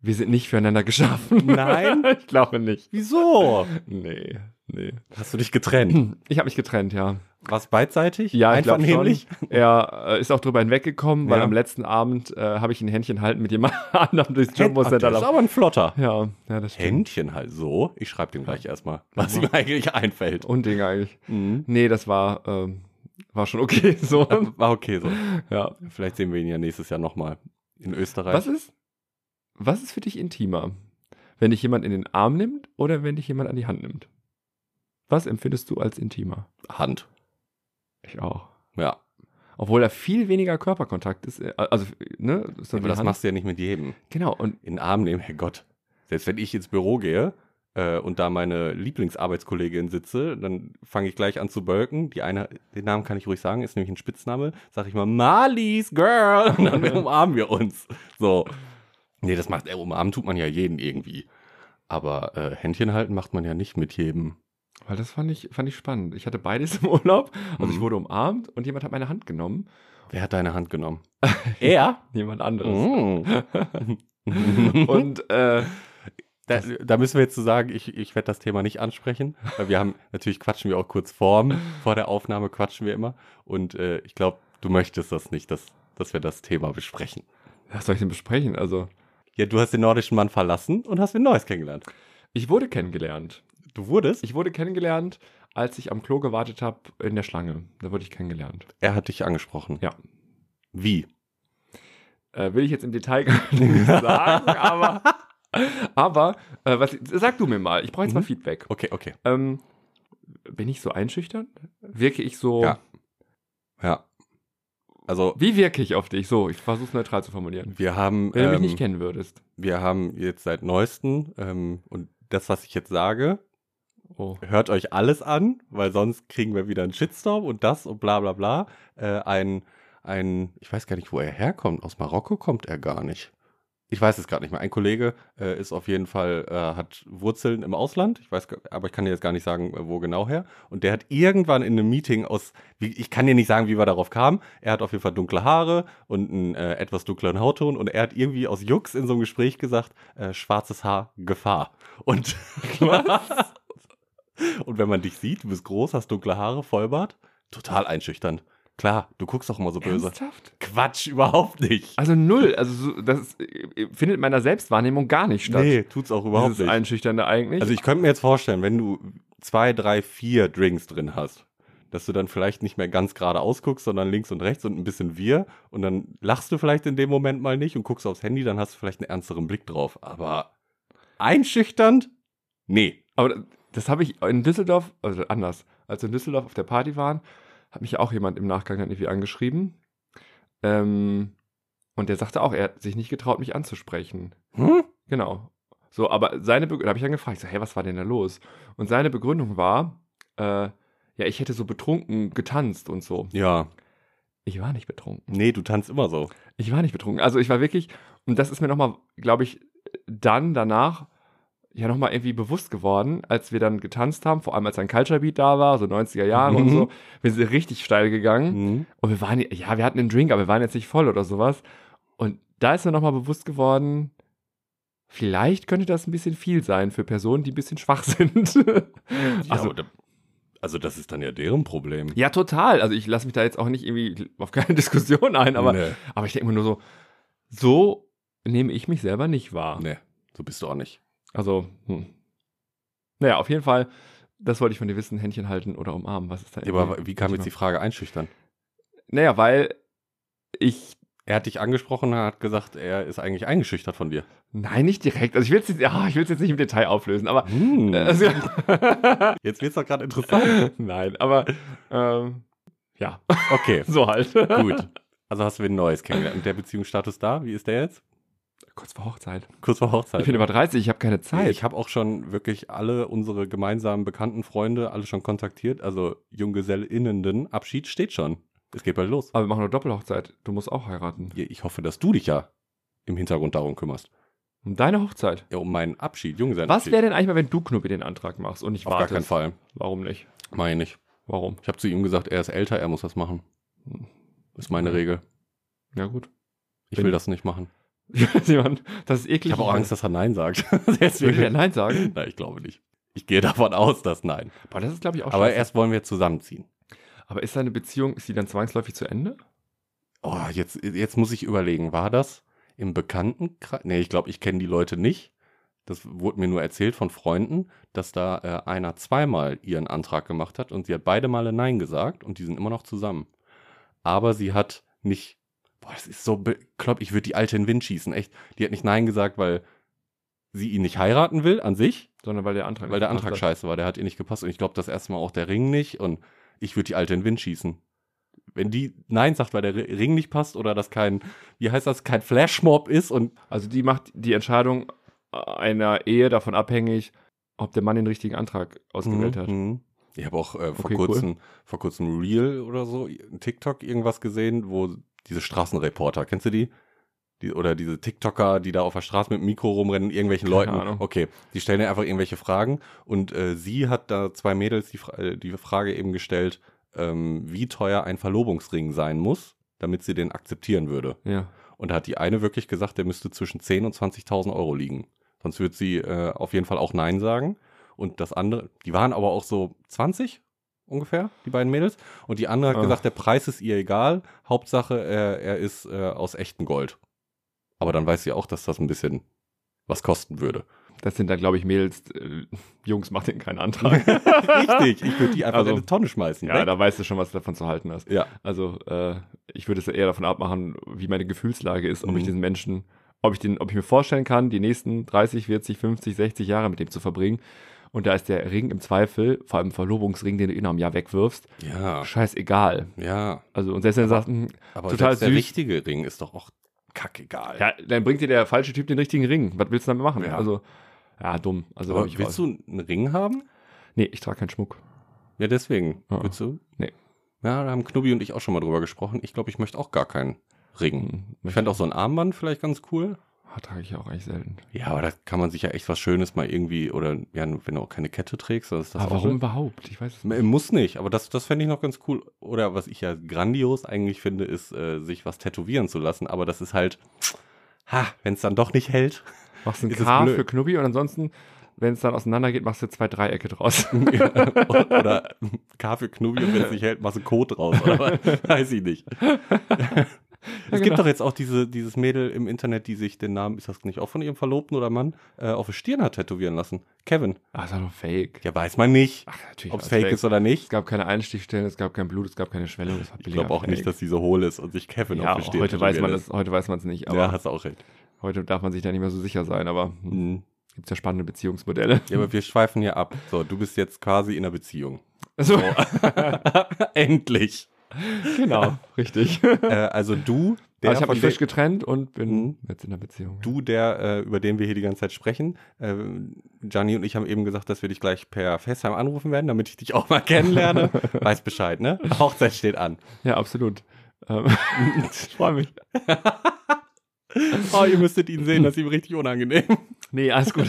B: Wir sind nicht füreinander geschaffen.
A: Nein?
B: ich glaube nicht.
A: Wieso?
B: Nee, nee.
A: Hast du dich getrennt?
B: Ich habe mich getrennt, ja.
A: Was beidseitig?
B: Ja, ich glaub
A: Einvernehmlich?
B: Er äh, ist auch drüber hinweggekommen, weil
A: Ja.
B: am letzten Abend äh, habe ich ein Händchen halten mit jemand anderem durchs Jumbo
A: Ach, der
B: Center.
A: ist
B: laufen.
A: aber ein Flotter.
B: Ja, ja, das stimmt.
A: Händchen halt so. Ich schreibe dem gleich erstmal, was ihm eigentlich einfällt.
B: Unding eigentlich.
A: Mhm.
B: Nee, das war, ähm, war schon okay so.
A: Ähm, War okay so.
B: ja.
A: Vielleicht sehen wir ihn ja nächstes Jahr nochmal in Österreich.
B: Was ist, was ist für dich intimer? Wenn dich jemand in den Arm nimmt oder wenn dich jemand an die Hand nimmt? Was empfindest du als intimer?
A: Hand.
B: Ich auch.
A: Ja.
B: Obwohl da viel weniger Körperkontakt ist. äh, Also, ne? Ist dann
A: Aber
B: die
A: das
B: Hand.
A: machst du ja nicht mit jedem.
B: genau, und
A: In den Arm nehmen, Herrgott. Selbst wenn ich ins Büro gehe äh, und da meine Lieblingsarbeitskollegin sitze, dann fange ich gleich an zu bölken. Die eine, den Namen kann ich ruhig sagen, ist nämlich ein Spitzname. Sag ich mal, Marlies Girl. Und dann umarmen wir uns. So. Nee, das macht, äh, umarmen tut man ja jeden irgendwie. Aber äh, Händchen halten macht man ja nicht mit jedem.
B: weil das fand ich, fand ich spannend. Ich hatte beides im Urlaub. Also ich
A: Mhm.
B: wurde umarmt und jemand hat meine Hand genommen.
A: Wer hat deine Hand genommen? er?
B: Jemand anderes.
A: Mm.
B: Und äh,
A: Da, da müssen wir jetzt so sagen, ich, ich werde das Thema nicht ansprechen, weil wir haben, natürlich quatschen wir auch kurz vorm, vor der Aufnahme quatschen wir immer und äh, ich glaube, du möchtest das nicht, dass, dass wir das Thema besprechen.
B: was soll ich denn besprechen? Also,
A: Ja, du hast den nordischen Mann verlassen und hast den Neues kennengelernt.
B: ich wurde kennengelernt.
A: Du wurdest,
B: Ich wurde kennengelernt, als ich am Klo gewartet habe in der Schlange. Da wurde ich kennengelernt.
A: er hat dich angesprochen.
B: Ja.
A: Wie?
B: Äh, will ich jetzt im Detail gar nicht sagen, aber Aber, äh, was, sag du mir mal, ich brauche jetzt mal
A: Mhm.
B: Feedback.
A: Okay, okay.
B: Ähm, bin ich so einschüchternd? Wirke ich so.
A: Ja. Ja. Also,
B: Wie wirke ich auf dich? So, ich versuche es neutral zu formulieren.
A: wir haben,
B: Wenn du mich
A: ähm,
B: nicht kennen würdest.
A: wir haben jetzt seit neuesten ähm, und das, was ich jetzt sage,
B: Oh.
A: hört euch alles an, weil sonst kriegen wir wieder einen Shitstorm und das und bla bla bla. Äh, ein, ein, ich weiß gar nicht, wo er herkommt. Aus Marokko kommt er gar nicht. Ich weiß es gerade nicht mehr. Ein Kollege äh, ist auf jeden Fall, äh, hat Wurzeln im Ausland. Ich weiß, gar- aber ich kann dir jetzt gar nicht sagen, äh, wo genau her. Und der hat irgendwann in einem Meeting aus, wie, ich kann dir nicht sagen, wie wir darauf kamen. Er hat auf jeden Fall dunkle Haare und einen äh, etwas dunkleren Hautton. Und er hat irgendwie aus Jux in so einem Gespräch gesagt, äh, schwarzes Haar, Gefahr. Und und wenn man dich sieht, du bist groß, hast dunkle Haare, Vollbart, total einschüchternd. Klar, du guckst auch immer so böse.
B: Ernsthaft?
A: Quatsch, überhaupt nicht.
B: Also null. Also so, das äh, findet meiner Selbstwahrnehmung gar nicht statt.
A: Nee, tut's auch überhaupt
B: Dieses
A: nicht.
B: Einschüchternde eigentlich.
A: Also ich könnte mir jetzt vorstellen, wenn du zwei, drei, vier Drinks drin hast, dass du dann vielleicht nicht mehr ganz gerade ausguckst, sondern links und rechts und ein bisschen wir und dann lachst du vielleicht in dem Moment mal nicht und guckst aufs Handy, dann hast du vielleicht einen ernsteren Blick drauf. Aber einschüchternd? Nee.
B: Aber das habe ich in Düsseldorf, also anders, als wir in Düsseldorf auf der Party waren, hat mich auch jemand im Nachgang dann irgendwie angeschrieben. Ähm, und der sagte auch, er hat sich nicht getraut, mich anzusprechen.
A: Hm?
B: Genau. So, aber seine Begründung, da habe ich dann gefragt, ich so, hey, was war denn da los? Und seine Begründung war, äh, ja, ich hätte so betrunken getanzt und so.
A: Ja.
B: Ich war nicht betrunken.
A: Nee, du tanzt immer so.
B: Ich war nicht betrunken. Also ich war wirklich, und das ist mir nochmal, glaube ich, dann danach ja nochmal irgendwie bewusst geworden, als wir dann getanzt haben, vor allem als ein Culture Beat da war, so 90er Jahre und
A: Mhm.
B: so. Wir sind richtig steil gegangen
A: Mhm.
B: und wir waren, ja, wir hatten einen Drink, aber wir waren jetzt nicht voll oder sowas. Und da ist mir nochmal bewusst geworden, vielleicht könnte das ein bisschen viel sein für Personen, die ein bisschen schwach sind.
A: Ja, also, aber da, also das ist dann ja deren Problem.
B: ja, total. Also ich lasse mich da jetzt auch nicht irgendwie auf keine Diskussion ein, aber
A: nee,
B: aber ich denke mir nur so, so nehme ich mich selber nicht wahr.
A: nee, so bist du auch nicht.
B: Also, hm. Naja, auf jeden Fall, das wollte ich von dir wissen, Händchen halten oder umarmen, was ist da
A: Aber wie kam
B: nicht
A: jetzt die Frage einschüchtern?
B: Naja, weil ich,
A: Er hat dich angesprochen, er hat gesagt, er ist eigentlich eingeschüchtert von dir.
B: nein, nicht direkt, also ich will es jetzt, ja, ich will's jetzt nicht im Detail auflösen, aber,
A: Hm,
B: also,
A: jetzt wird's doch gerade interessant.
B: nein, aber, ähm, ja,
A: Okay,
B: so halt.
A: gut. Also hast du wen Neues kennengelernt. Und der Beziehungsstatus da, wie ist der jetzt?
B: Kurz vor Hochzeit.
A: Kurz vor Hochzeit.
B: Ich bin über 30, ich habe keine Zeit.
A: Ich habe auch schon wirklich alle unsere gemeinsamen bekannten Freunde alle schon kontaktiert. Also JunggesellInnen, Abschied steht schon. Es geht bald los.
B: aber wir machen nur Doppelhochzeit, du musst auch heiraten.
A: Ich hoffe, dass du dich ja im Hintergrund darum kümmerst.
B: Um deine Hochzeit.
A: Ja, um meinen Abschied, Junggesellenabschied.
B: Was wäre denn eigentlich mal, wenn du Knuppi den Antrag machst und nicht
A: Auf gar
B: wartest?
A: keinen Fall.
B: Warum nicht?
A: Meine ich.
B: Warum?
A: Ich habe zu ihm gesagt, er ist älter, er muss das machen. Ist meine
B: Mhm.
A: Regel.
B: Ja, gut.
A: Ich
B: Bin-
A: will das nicht machen.
B: Jemand, das ist eklig.
A: Ich habe auch Angst, dass er Nein sagt.
B: Würde er
A: Deswegen.
B: Nein sagen?
A: Nein, ich glaube nicht. Ich gehe davon aus, dass nein.
B: Boah, das ist, glaube ich, auch
A: Aber
B: Oh, scheiße.
A: erst wollen wir zusammenziehen.
B: Aber ist seine Beziehung, ist die dann zwangsläufig zu Ende?
A: Oh, jetzt, jetzt muss ich überlegen, war das im Bekanntenkreis? Nee, ich glaube, ich kenne die Leute nicht. Das wurde mir nur erzählt von Freunden, dass da äh, einer zweimal ihren Antrag gemacht hat und sie hat beide Male Nein gesagt und die sind immer noch zusammen. Aber sie hat nicht, boah, das ist so bekloppt, ich würde die alte in den Wind schießen, echt. Die hat nicht Nein gesagt, weil sie ihn nicht heiraten will an sich,
B: Sondern weil der Antrag
A: weil der
B: nicht
A: Antrag
B: gepasst hat.
A: scheiße war, der hat ihr nicht gepasst und ich glaube, das erste Mal auch der Ring nicht und ich würde die alte in den Wind schießen. Wenn die Nein sagt, weil der Ri- Ring nicht passt oder das kein, wie heißt das, kein Flashmob ist und
B: Also die macht die Entscheidung äh, einer Ehe davon abhängig, ob der Mann den richtigen Antrag ausgewählt hat.
A: Mhm. Ich habe auch äh, vor,
B: Okay, cool.
A: kurzem, vor kurzem Real oder so, ein TikTok irgendwas gesehen, wo diese Straßenreporter, kennst du die? die? Oder diese TikToker, die da auf der Straße mit dem Mikro rumrennen, irgendwelchen
B: Keine
A: Leuten.
B: Ahnung.
A: Okay, die stellen ja einfach irgendwelche Fragen und äh, sie hat da zwei Mädels die, Fra- äh, die Frage eben gestellt, ähm, wie teuer ein Verlobungsring sein muss, damit sie den akzeptieren würde.
B: Ja.
A: Und da hat die eine wirklich gesagt, der müsste zwischen 10.000 und 20.000 Euro liegen. Sonst würde sie äh, auf jeden Fall auch Nein sagen. Und das andere, die waren aber auch so 20 ungefähr, die beiden Mädels. Und die andere hat
B: Ah.
A: gesagt, der Preis ist ihr egal. Hauptsache, er, er ist äh, aus echtem Gold. Aber dann weiß sie auch, dass das ein bisschen was kosten würde.
B: Das sind dann, glaube ich, Mädels, äh, Jungs macht denen keinen Antrag.
A: Richtig, ich würde die einfach
B: Also,
A: in eine Tonne schmeißen. ne?
B: Ja,
A: weg.
B: da weißt du schon, was du davon zu halten hast.
A: ja.
B: Also äh, ich würde es eher davon abmachen, wie meine Gefühlslage ist, ob
A: Mhm.
B: ich diesen Menschen ob ich, den, ob ich mir vorstellen kann, die nächsten 30, 40, 50, 60 Jahre mit dem zu verbringen. Und da ist der Ring im Zweifel, vor allem Verlobungsring, den du eh noch im Jahr wegwirfst,
A: Ja,
B: scheißegal.
A: ja.
B: Also, und selbst wenn du sagst, hm,
A: Aber
B: Total
A: selbst der
B: süß.
A: richtige Ring ist doch auch kackegal.
B: ja, dann bringt dir der falsche Typ den richtigen Ring. Was willst du damit machen?
A: Ja.
B: Also, ja, dumm. Also,
A: Aber
B: ich
A: willst du einen Ring haben?
B: Nee, ich trage keinen Schmuck.
A: Ja, deswegen.
B: Ah.
A: Willst du?
B: Nee.
A: Ja, da haben Knubi und ich auch schon mal drüber gesprochen. Ich glaube, ich möchte auch gar keinen Ring.
B: Hm,
A: Ich fände auch so ein Armband vielleicht ganz cool.
B: Ah, trage ich auch eigentlich selten.
A: Ja, aber da kann man sich ja echt was Schönes mal irgendwie, oder ja, wenn du auch keine Kette trägst, dann ist das
B: Aber
A: auch ne,
B: warum überhaupt? Ich weiß es nicht.
A: M- Muss nicht, aber das, das fände ich noch ganz cool. Oder was ich ja grandios eigentlich finde, ist, äh, sich was tätowieren zu lassen. Aber das ist halt, ha, wenn es dann doch nicht hält.
B: Machst ein
A: Ist es
B: K
A: blöd?
B: für Knubbi und ansonsten, wenn es dann auseinandergeht, machst du zwei Dreiecke draus.
A: oder K für Knubi und wenn es nicht hält, machst du Code raus. Oder was? Weiß ich nicht. Es
B: Genau.
A: gibt doch jetzt auch diese, dieses Mädel im Internet, die sich den Namen, ist das nicht auch von ihrem Verlobten oder Mann, äh, auf die Stirn hat tätowieren lassen. Kevin.
B: Ach, das war Ah, doch fake.
A: Ja, weiß man nicht,
B: Ach, natürlich.
A: ob es
B: war's
A: fake ist oder
B: Es
A: nicht.
B: gab keine Einstichstellen, es gab kein Blut, es gab keine Schwellung. Es war
A: Ich glaube auch nicht, dass sie so hohl ist und sich Kevin
B: ja,
A: auf die
B: auch
A: Stirn
B: heute weiß man
A: tätowieren
B: das, heute weiß man es nicht,
A: lässt.
B: aber
A: Ja, hast du auch recht.
B: heute darf man sich da nicht mehr so sicher sein, aber hm,
A: Mhm.
B: gibt's ja spannende Beziehungsmodelle.
A: Ja, aber wir schweifen hier ab. So, du bist jetzt quasi in einer Beziehung.
B: So,
A: Endlich.
B: genau, richtig.
A: Äh, also du, der,
B: also ich habe
A: von
B: mich
A: der-
B: frisch getrennt und bin
A: Mhm.
B: jetzt in einer Beziehung.
A: du, der äh, über den wir hier die ganze Zeit sprechen. Äh, Gianni und ich haben eben gesagt, dass wir dich gleich per FaceTime anrufen werden, damit ich dich auch mal kennenlerne. Weiß Bescheid, ne? Hochzeit steht an.
B: Ja, absolut. Ähm, ich freue mich.
A: Oh, ihr müsstet ihn sehen, das ist ihm richtig unangenehm.
B: Nee, alles gut.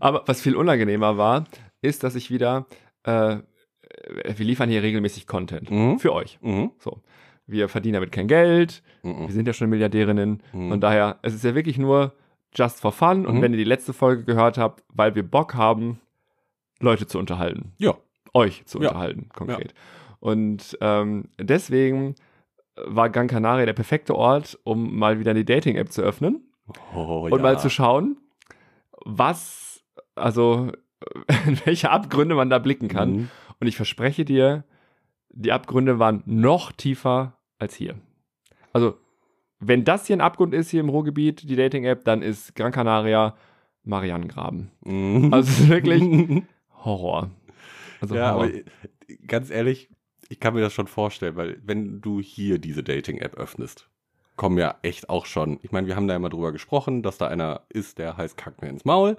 B: Aber was viel unangenehmer war, ist, dass ich wieder, äh, wir liefern hier regelmäßig Content
A: Mhm.
B: für euch.
A: Mhm.
B: Wir verdienen damit kein Geld, wir
A: Mhm.
B: sind ja schon Milliardärinnen.
A: Mhm.
B: Von daher, es ist ja wirklich nur just for fun. Und
A: Mhm.
B: wenn ihr die letzte Folge gehört habt, weil wir Bock haben, Leute zu unterhalten.
A: Ja.
B: Euch zu
A: Ja.
B: unterhalten, konkret. Und ähm, deswegen war Gran Canaria der perfekte Ort, um mal wieder eine Dating-App zu öffnen
A: Oh,
B: und mal zu schauen, was, also in welche Abgründe man da blicken kann.
A: Mhm.
B: Und ich verspreche dir, die Abgründe waren noch tiefer als hier. Also, wenn das hier ein Abgrund ist, hier im Ruhrgebiet, die Dating-App, dann ist Gran Canaria Marianengraben.
A: Mhm.
B: Also es ist wirklich Horror. Also
A: ja,
B: Horror.
A: aber äh, ganz ehrlich, ich kann mir das schon vorstellen, weil wenn du hier diese Dating-App öffnest, kommen ja echt auch schon. Ich meine, wir haben da ja mal drüber gesprochen, dass da einer ist, der heißt Kack mir ins Maul.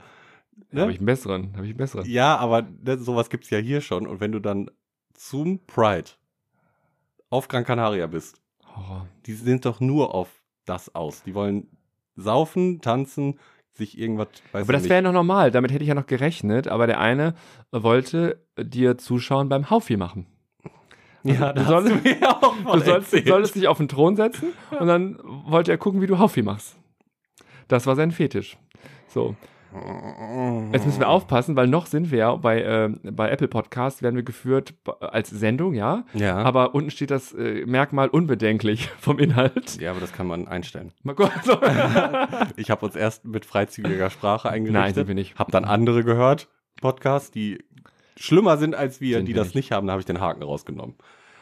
B: Da habe
A: Ne?
B: ich einen besseren, habe ich einen besseren.
A: ja, aber ne, sowas gibt's ja hier schon. Und wenn du dann zum Pride auf Gran Canaria bist,
B: Horror.
A: die sind doch nur auf das aus. Die wollen saufen, tanzen, sich irgendwas. Weiß
B: Aber
A: ich
B: das
A: nicht.
B: wäre ja noch normal, damit hätte ich ja noch gerechnet, aber der eine wollte dir zuschauen beim Haufi machen.
A: ja,
B: du
A: das
B: sollst-
A: hast du mir auch
B: Du
A: mal
B: sollst,
A: erzählt.
B: solltest dich auf den Thron setzen und dann wollte er gucken, wie du Haufi machst. Das war sein Fetisch. So, jetzt müssen wir aufpassen, weil noch sind wir ja bei, ähm, bei Apple Podcast, werden wir geführt b- als Sendung, ja.
A: Ja.
B: Aber unten steht das äh, Merkmal unbedenklich vom Inhalt.
A: ja, aber das kann man einstellen.
B: Mal kurz. So.
A: Ich habe uns erst mit freizügiger Sprache
B: Nein, sind
A: eingerichtet.
B: wir nicht.
A: Hab dann andere gehört, Podcasts, die schlimmer sind als wir,
B: Sind
A: die
B: wir
A: das
B: nicht.
A: nicht, haben. Da habe ich den Haken rausgenommen.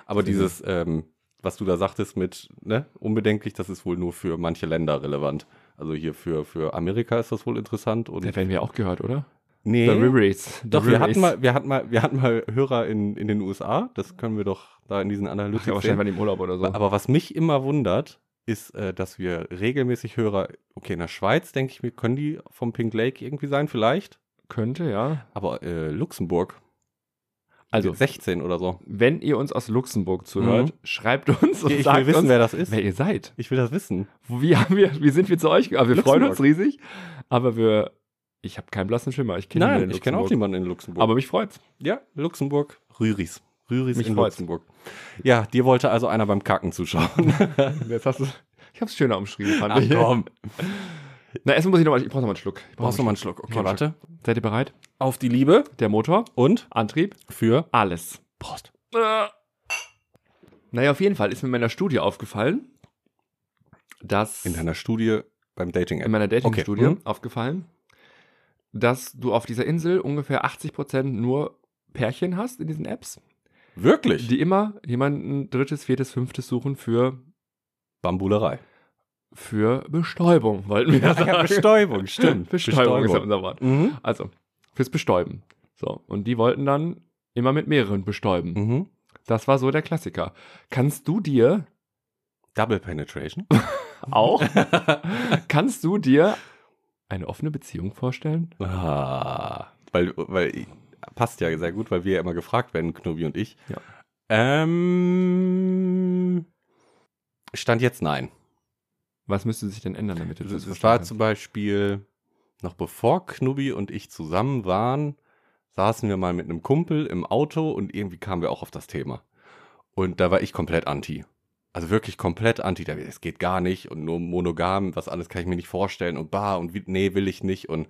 A: Aber
B: Sind wir
A: dieses, ähm, was du da sagtest mit ne, unbedenklich, das ist wohl nur für manche Länder relevant. Also hier für, für Amerika ist das wohl interessant. Und
B: Da werden wir auch gehört, oder?
A: nee,
B: The Riveries. The
A: doch, wir hatten,
B: Riveries.
A: mal, wir, hatten mal, wir hatten mal Hörer in, in den USA. Das können wir doch da in diesen Analytics
B: Ja,
A: sehen.
B: wahrscheinlich waren die im Urlaub oder so.
A: Aber was mich immer wundert, ist, äh, dass wir regelmäßig Hörer, okay, in der Schweiz, denke ich mir, können die vom Pink Lake irgendwie sein, vielleicht.
B: Könnte, ja.
A: Aber äh, Luxemburg,
B: Also,
A: 16 oder so.
B: wenn ihr uns aus Luxemburg zuhört, schreibt uns und
A: Mhm. Ich, ich
B: sagt
A: will wissen,
B: uns,
A: wer das ist.
B: wer ihr seid.
A: Ich will das wissen.
B: Wie, haben wir, wie sind wir zu euch? ge- Aber wir
A: Luxemburg.
B: freuen uns riesig. Aber wir, ich habe keinen blassen Schimmer. Ich kenne
A: Nein,
B: niemanden in
A: ich kenne auch
B: Luxemburg.
A: niemanden in Luxemburg.
B: Aber mich freut's.
A: ja, Luxemburg, Rüris. Rüris
B: Mich
A: in
B: freut's.
A: Luxemburg. Ja, dir wollte also einer beim Kacken zuschauen.
B: Jetzt hast du's. Ich habe es schöner umschrieben. Fand
A: Ach
B: ich.
A: komm.
B: Na, erstmal muss ich nochmal. Ich brauche nochmal einen Schluck. Ich brauch
A: Brauchst du mal einen Schluck? Okay,
B: Brauch einen
A: warte.
B: Schluck. Seid ihr bereit?
A: Auf die Liebe
B: Der Motor,
A: und
B: Antrieb,
A: für
B: alles.
A: Prost.
B: Äh. Naja, auf jeden Fall ist mir in meiner Studie aufgefallen, dass
A: In deiner Studie beim Dating
B: in
A: App.
B: meiner Dating-Studie
A: Okay. Mhm.
B: aufgefallen, dass du auf dieser Insel ungefähr 80% nur Pärchen hast in diesen Apps,
A: Wirklich?
B: die immer jemanden drittes, viertes, fünftes suchen für
A: Bambulerei.
B: für Bestäubung, wollten wir
A: Ja,
B: sagen.
A: Bestäubung, stimmt.
B: Bestäubung ist ja unser Wort.
A: Mhm.
B: Also, fürs Bestäuben. So, und die wollten dann immer mit mehreren bestäuben.
A: Mhm.
B: Das war so der Klassiker. Kannst du dir
A: Double Penetration?
B: auch, kannst du dir eine offene Beziehung vorstellen?
A: ah, weil, weil passt ja sehr gut, weil wir ja immer gefragt werden, Knobi und ich.
B: Ja.
A: Ähm, stand jetzt nein.
B: Was müsste sich denn ändern, damit du
A: Das,
B: das
A: war
B: verstehen
A: zum Beispiel, noch bevor Knubbi und ich zusammen waren, saßen wir mal mit einem Kumpel im Auto und irgendwie kamen wir auch auf das Thema. Und da war ich komplett anti. Also wirklich komplett anti. Da- Es geht gar nicht und nur monogam, was alles kann ich mir nicht vorstellen und bar und wie, nee, will ich nicht. Und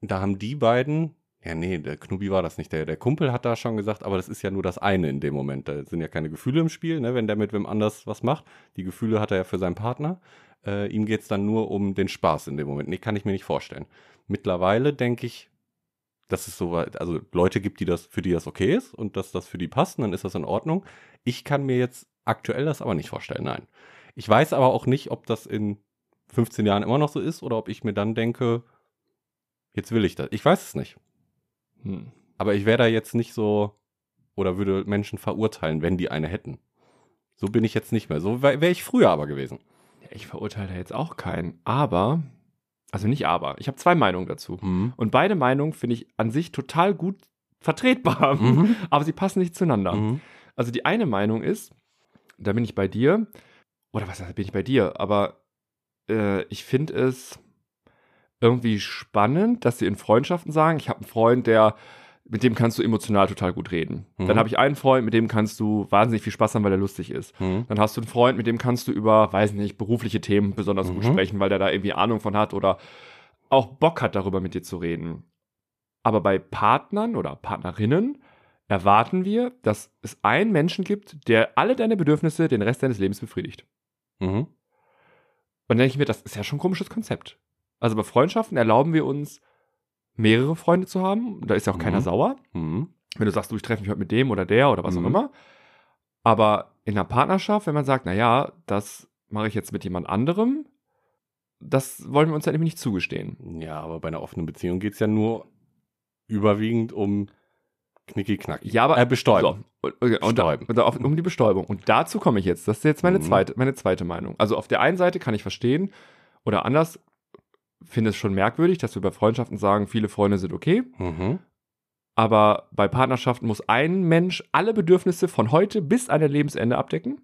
A: da haben die beiden, ja nee, der Knubi war das nicht, der, der Kumpel hat da schon gesagt, aber das ist ja nur das eine in dem Moment. Da sind ja keine Gefühle im Spiel, ne, wenn der mit wem anders was macht. Die Gefühle hat er ja für seinen Partner. Äh, ihm geht's dann nur um den Spaß in dem Moment. Nee, kann ich mir nicht vorstellen. Mittlerweile denke ich, dass es so weit, also Leute gibt, die das, für die das okay ist und dass das für die passt, und dann ist das in Ordnung. Ich kann mir jetzt aktuell das aber nicht vorstellen, nein. Ich weiß aber auch nicht, ob das in 15 Jahren immer noch so ist oder ob ich mir dann denke, jetzt will ich das. Ich weiß es nicht.
B: kann? Hm.
A: Aber ich wäre da jetzt nicht so oder würde Menschen verurteilen, wenn die eine hätten. So bin ich jetzt nicht mehr. So wäre ich früher aber gewesen.
B: Ja, Ich verurteile jetzt auch keinen, aber, also nicht aber, ich habe zwei Meinungen dazu. Und beide Meinungen finde ich an sich total gut vertretbar,
A: Mhm.
B: aber sie passen nicht zueinander.
A: Mhm.
B: Also die eine Meinung ist, da bin ich bei dir, oder was heißt, bin ich bei dir, aber äh, ich finde es irgendwie spannend, dass sie in Freundschaften sagen, ich habe einen Freund, der mit dem kannst du emotional total gut reden.
A: Mhm.
B: Dann habe ich einen Freund, mit dem kannst du wahnsinnig viel Spaß haben, weil er lustig ist.
A: Mhm.
B: Dann hast du einen Freund, mit dem kannst du über, weiß nicht, berufliche Themen besonders gut
A: Mhm.
B: sprechen, weil der da irgendwie Ahnung von hat oder auch Bock hat, darüber mit dir zu reden. Aber bei Partnern oder Partnerinnen erwarten wir, dass es einen Menschen gibt, der alle deine Bedürfnisse den Rest deines Lebens befriedigt.
A: Mhm.
B: Und dann denke ich mir, das ist ja schon ein komisches Konzept. Also bei Freundschaften erlauben wir uns, mehrere Freunde zu haben. Da ist ja auch keiner
A: Mhm.
B: sauer.
A: Mhm.
B: wenn du sagst, du, ich treffe mich heute mit dem oder der oder was
A: Mhm.
B: auch immer. Aber in einer Partnerschaft, wenn man sagt, naja, das mache ich jetzt mit jemand anderem, das wollen wir uns dann eben nicht zugestehen.
A: Ja, aber bei einer offenen Beziehung geht es ja nur überwiegend um Knicki-Knacki.
B: Ja, aber-
A: Äh, bestäuben.
B: So, und, und, und,
A: Bestäuben.
B: und auf, um die Bestäubung. Und dazu komme ich jetzt. Das ist jetzt meine,
A: Mhm.
B: zweite, meine zweite Meinung. Also auf der einen Seite kann ich verstehen, oder anders finde es schon merkwürdig, dass wir bei Freundschaften sagen, viele Freunde sind okay,
A: Mhm.
B: aber bei Partnerschaften muss ein Mensch alle Bedürfnisse von heute bis an dein Lebensende abdecken.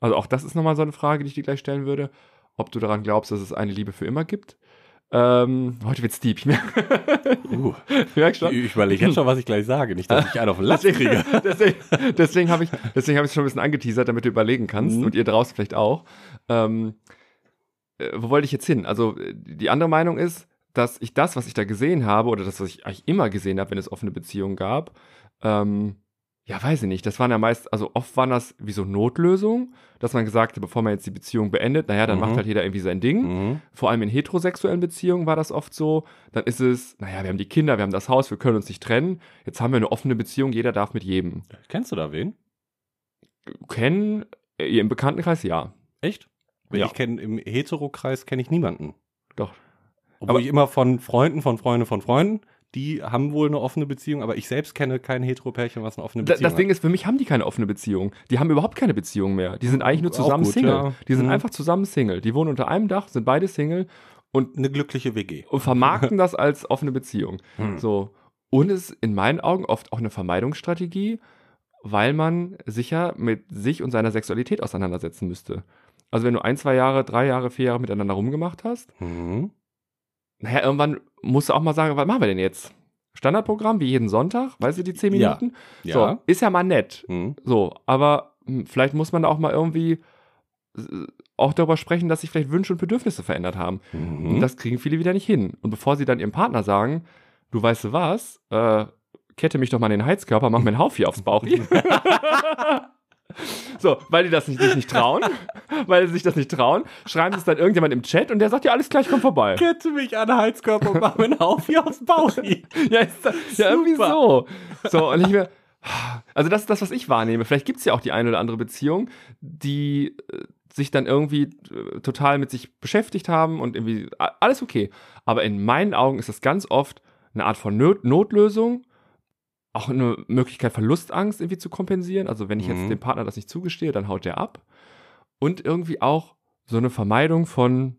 B: Also auch das ist nochmal so eine Frage, die ich dir gleich stellen würde, ob du daran glaubst, dass es eine Liebe für immer gibt. Ähm, heute wird's deep. Ich merk-
A: Uh,
B: ich merk
A: ich
B: Mhm. schon.
A: überlege jetzt schon, was ich gleich sage. Nicht, dass ich einen auf den Latz kriege.
B: deswegen deswegen habe ich es hab ich's schon ein bisschen angeteasert, damit du überlegen kannst
A: Mhm.
B: und ihr draußen vielleicht auch. Ähm, äh, wo wollte ich jetzt hin? Also äh, die andere Meinung ist, dass ich das, was ich da gesehen habe oder das, was ich eigentlich immer gesehen habe, wenn es offene Beziehungen gab, ähm, ja, weiß ich nicht. Das waren ja meist, also oft waren das wie so Notlösungen, dass man gesagt hat, bevor man jetzt die Beziehung beendet, naja, dann
A: Mhm.
B: macht halt jeder irgendwie sein Ding.
A: Mhm.
B: Vor allem in heterosexuellen Beziehungen war das oft so. Dann ist es, naja, wir haben die Kinder, wir haben das Haus, wir können uns nicht trennen. Jetzt haben wir eine offene Beziehung, jeder darf mit jedem.
A: Kennst du da wen?
B: Kennen, äh, im Bekanntenkreis ja.
A: Echt? Weil
B: Ja.
A: Ich kenne im Heterokreis kenne ich niemanden.
B: Doch.
A: Obwohl
B: Aber-
A: ich immer von Freunden, von Freunden, von Freunden, die haben wohl eine offene Beziehung, aber ich selbst kenne kein Heteropärchen, was eine offene
B: Da,
A: Beziehung
B: das Ding
A: hat.
B: ist, für mich haben die keine offene Beziehung. Die haben überhaupt keine Beziehung mehr. Die sind eigentlich nur
A: Auch
B: zusammen
A: gut,
B: Single.
A: ja.
B: Die sind
A: Mhm.
B: einfach zusammen Single. Die wohnen unter einem Dach, sind beide Single
A: Eine glückliche WG.
B: und vermarkten das als offene Beziehung.
A: Hm.
B: So. Und es ist in meinen Augen oft auch eine Vermeidungsstrategie, weil man sicher mit sich und seiner Sexualität auseinandersetzen müsste. Also wenn du ein, zwei Jahre, drei Jahre, vier Jahre miteinander rumgemacht hast,
A: Mhm.
B: naja, irgendwann musst du auch mal sagen, was machen wir denn jetzt? Standardprogramm, wie jeden Sonntag, weißt du, die zehn
A: Ja.
B: Minuten?
A: Ja.
B: So, ist ja mal nett.
A: Mhm.
B: So, aber hm, vielleicht muss man da auch mal irgendwie äh, auch darüber sprechen, dass sich vielleicht Wünsche und Bedürfnisse verändert haben. Und
A: Mhm.
B: Das kriegen viele wieder nicht hin. Und bevor sie dann ihrem Partner sagen, du weißt du was, äh, kette mich doch mal an den Heizkörper, mach mir einen Haufi aufs Bauch. so, weil die das nicht, sich nicht trauen, weil sie sich das nicht trauen, schreiben sie es dann irgendjemand im Chat und der sagt ja alles gleich, komm vorbei.
A: Kette mich an den Heizkörper und mach mir einen Haufen aufs Bauchi.
B: ja, ist das, ja, irgendwie
A: Super.
B: so. So, und ich mir, also das ist das, was ich wahrnehme. Vielleicht gibt es ja auch die eine oder andere Beziehung, die äh, sich dann irgendwie äh, total mit sich beschäftigt haben und irgendwie a- alles okay. Aber in meinen Augen ist das ganz oft eine Art von Not Notlösung, auch eine Möglichkeit, Verlustangst irgendwie zu kompensieren. Also wenn ich
A: Mhm.
B: jetzt dem Partner das nicht zugestehe, dann haut der ab. Und irgendwie auch so eine Vermeidung von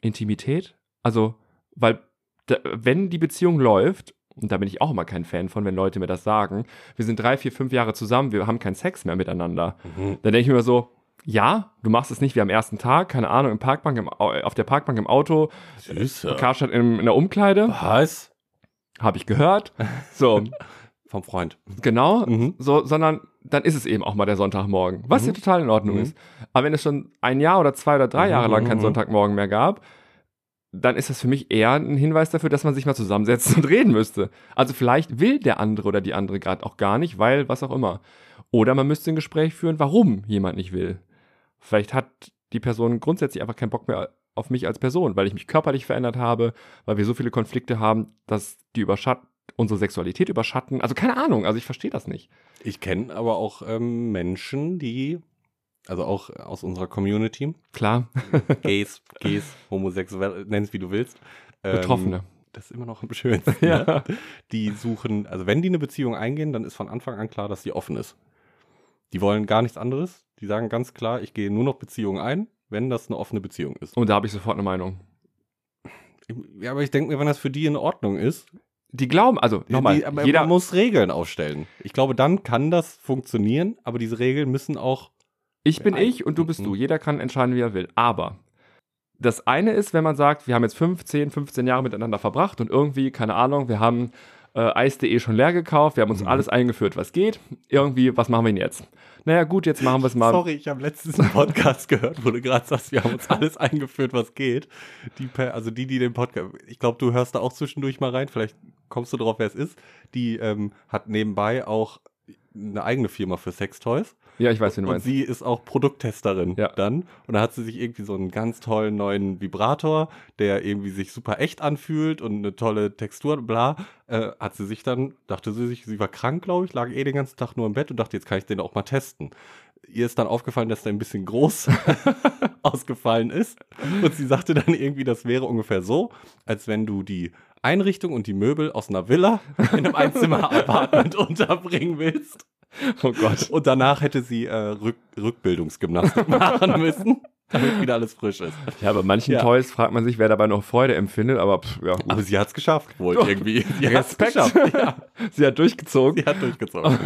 B: Intimität. Also, weil da, wenn die Beziehung läuft, und da bin ich auch immer kein Fan von, wenn Leute mir das sagen, wir sind drei, vier, fünf Jahre zusammen, wir haben keinen Sex mehr miteinander.
A: Mhm.
B: Dann denke ich mir immer so, ja, du machst es nicht wie am ersten Tag, keine Ahnung, im Parkbank, im, Au- äh, auf der Parkbank im Auto,
A: Süße.
B: Karstadt in, in der Umkleide,
A: Was?
B: habe ich gehört. So,
A: Vom Freund.
B: genau,
A: Mhm.
B: so, sondern dann ist es eben auch mal der Sonntagmorgen, was
A: Mhm.
B: ja total in Ordnung
A: Mhm.
B: ist. Aber wenn es schon ein Jahr oder zwei oder drei
A: Mhm,
B: Jahre lang
A: mhm,
B: keinen
A: mhm.
B: Sonntagmorgen mehr gab, dann ist das für mich eher ein Hinweis dafür, dass man sich mal zusammensetzen und reden müsste. Also vielleicht will der andere oder die andere gerade auch gar nicht, weil was auch immer. Oder man müsste ein Gespräch führen, warum jemand nicht will. Vielleicht hat die Person grundsätzlich einfach keinen Bock mehr auf mich als Person, weil ich mich körperlich verändert habe, weil wir so viele Konflikte haben, dass die überschatten, unsere Sexualität überschatten. Also keine Ahnung, also ich verstehe das nicht.
A: Ich kenne aber auch ähm, Menschen, die, also auch aus unserer Community,
B: Klar,
A: Gays, Gays, Homosexuell, nenn's wie du willst. ähm,
B: Betroffene.
A: Das ist immer noch am schönsten. Ne?
B: ja.
A: Die suchen, also wenn die eine Beziehung eingehen, dann ist von Anfang an klar, dass die offen ist. Die wollen gar nichts anderes. Die sagen ganz klar, ich gehe nur noch Beziehungen ein, wenn das eine offene Beziehung ist.
B: Und da habe ich sofort eine Meinung.
A: Ja, aber ich denke mir, wenn das für die in Ordnung ist,
B: Die glauben, also nochmal,
A: die, aber
B: jeder,
A: man muss Regeln aufstellen. Ich glaube, dann kann das funktionieren, aber diese Regeln müssen auch.
B: ich bin
A: Ja,
B: ich und du bist
A: mhm.
B: du. Jeder kann entscheiden, wie er will. Aber das eine ist, wenn man sagt, wir haben jetzt 15, 15 Jahre miteinander verbracht und irgendwie, keine Ahnung, wir haben äh, Eis.de schon leer gekauft, wir haben uns
A: Mhm.
B: alles eingeführt, was geht. Irgendwie, was machen wir denn jetzt? Naja, gut, jetzt machen wir es mal.
A: Sorry, ich habe letztens einen Podcast gehört, wo du gerade sagst, wir haben uns alles eingeführt, was geht. Die, per- also die, die den Podcast. Ich glaube, du hörst da auch zwischendurch mal rein. Vielleicht kommst du drauf, wer es ist. Die ähm, hat nebenbei auch eine eigene Firma für Sextoys.
B: Ja, ich weiß, wen du
A: Und
B: meinst.
A: sie ist auch Produkttesterin
B: Ja.
A: dann. Und da hat sie sich irgendwie so einen ganz tollen neuen Vibrator, der irgendwie sich super echt anfühlt und eine tolle Textur, bla. Äh, hat sie sich dann, dachte sie sich, sie war krank, glaube ich, lag eh den ganzen Tag nur im Bett und dachte, jetzt kann ich den auch mal testen. Ihr ist dann aufgefallen, dass der ein bisschen groß ausgefallen ist. Und sie sagte dann irgendwie, das wäre ungefähr so, als wenn du die Einrichtung und die Möbel aus einer Villa in einem Einzimmer-Apartment unterbringen willst.
B: Oh Gott.
A: Und danach hätte sie äh, Rück Rückbildungsgymnastik machen müssen, damit wieder alles frisch ist.
B: Ja, bei manchen
A: Ja.
B: Toys fragt man sich, wer dabei noch Freude empfindet, aber pff, ja, gut.
A: Aber sie hat es geschafft, wohl
B: Doch.
A: irgendwie. Sie hat's
B: Respekt.
A: geschafft.
B: Sie hat durchgezogen.
A: Sie hat durchgezogen.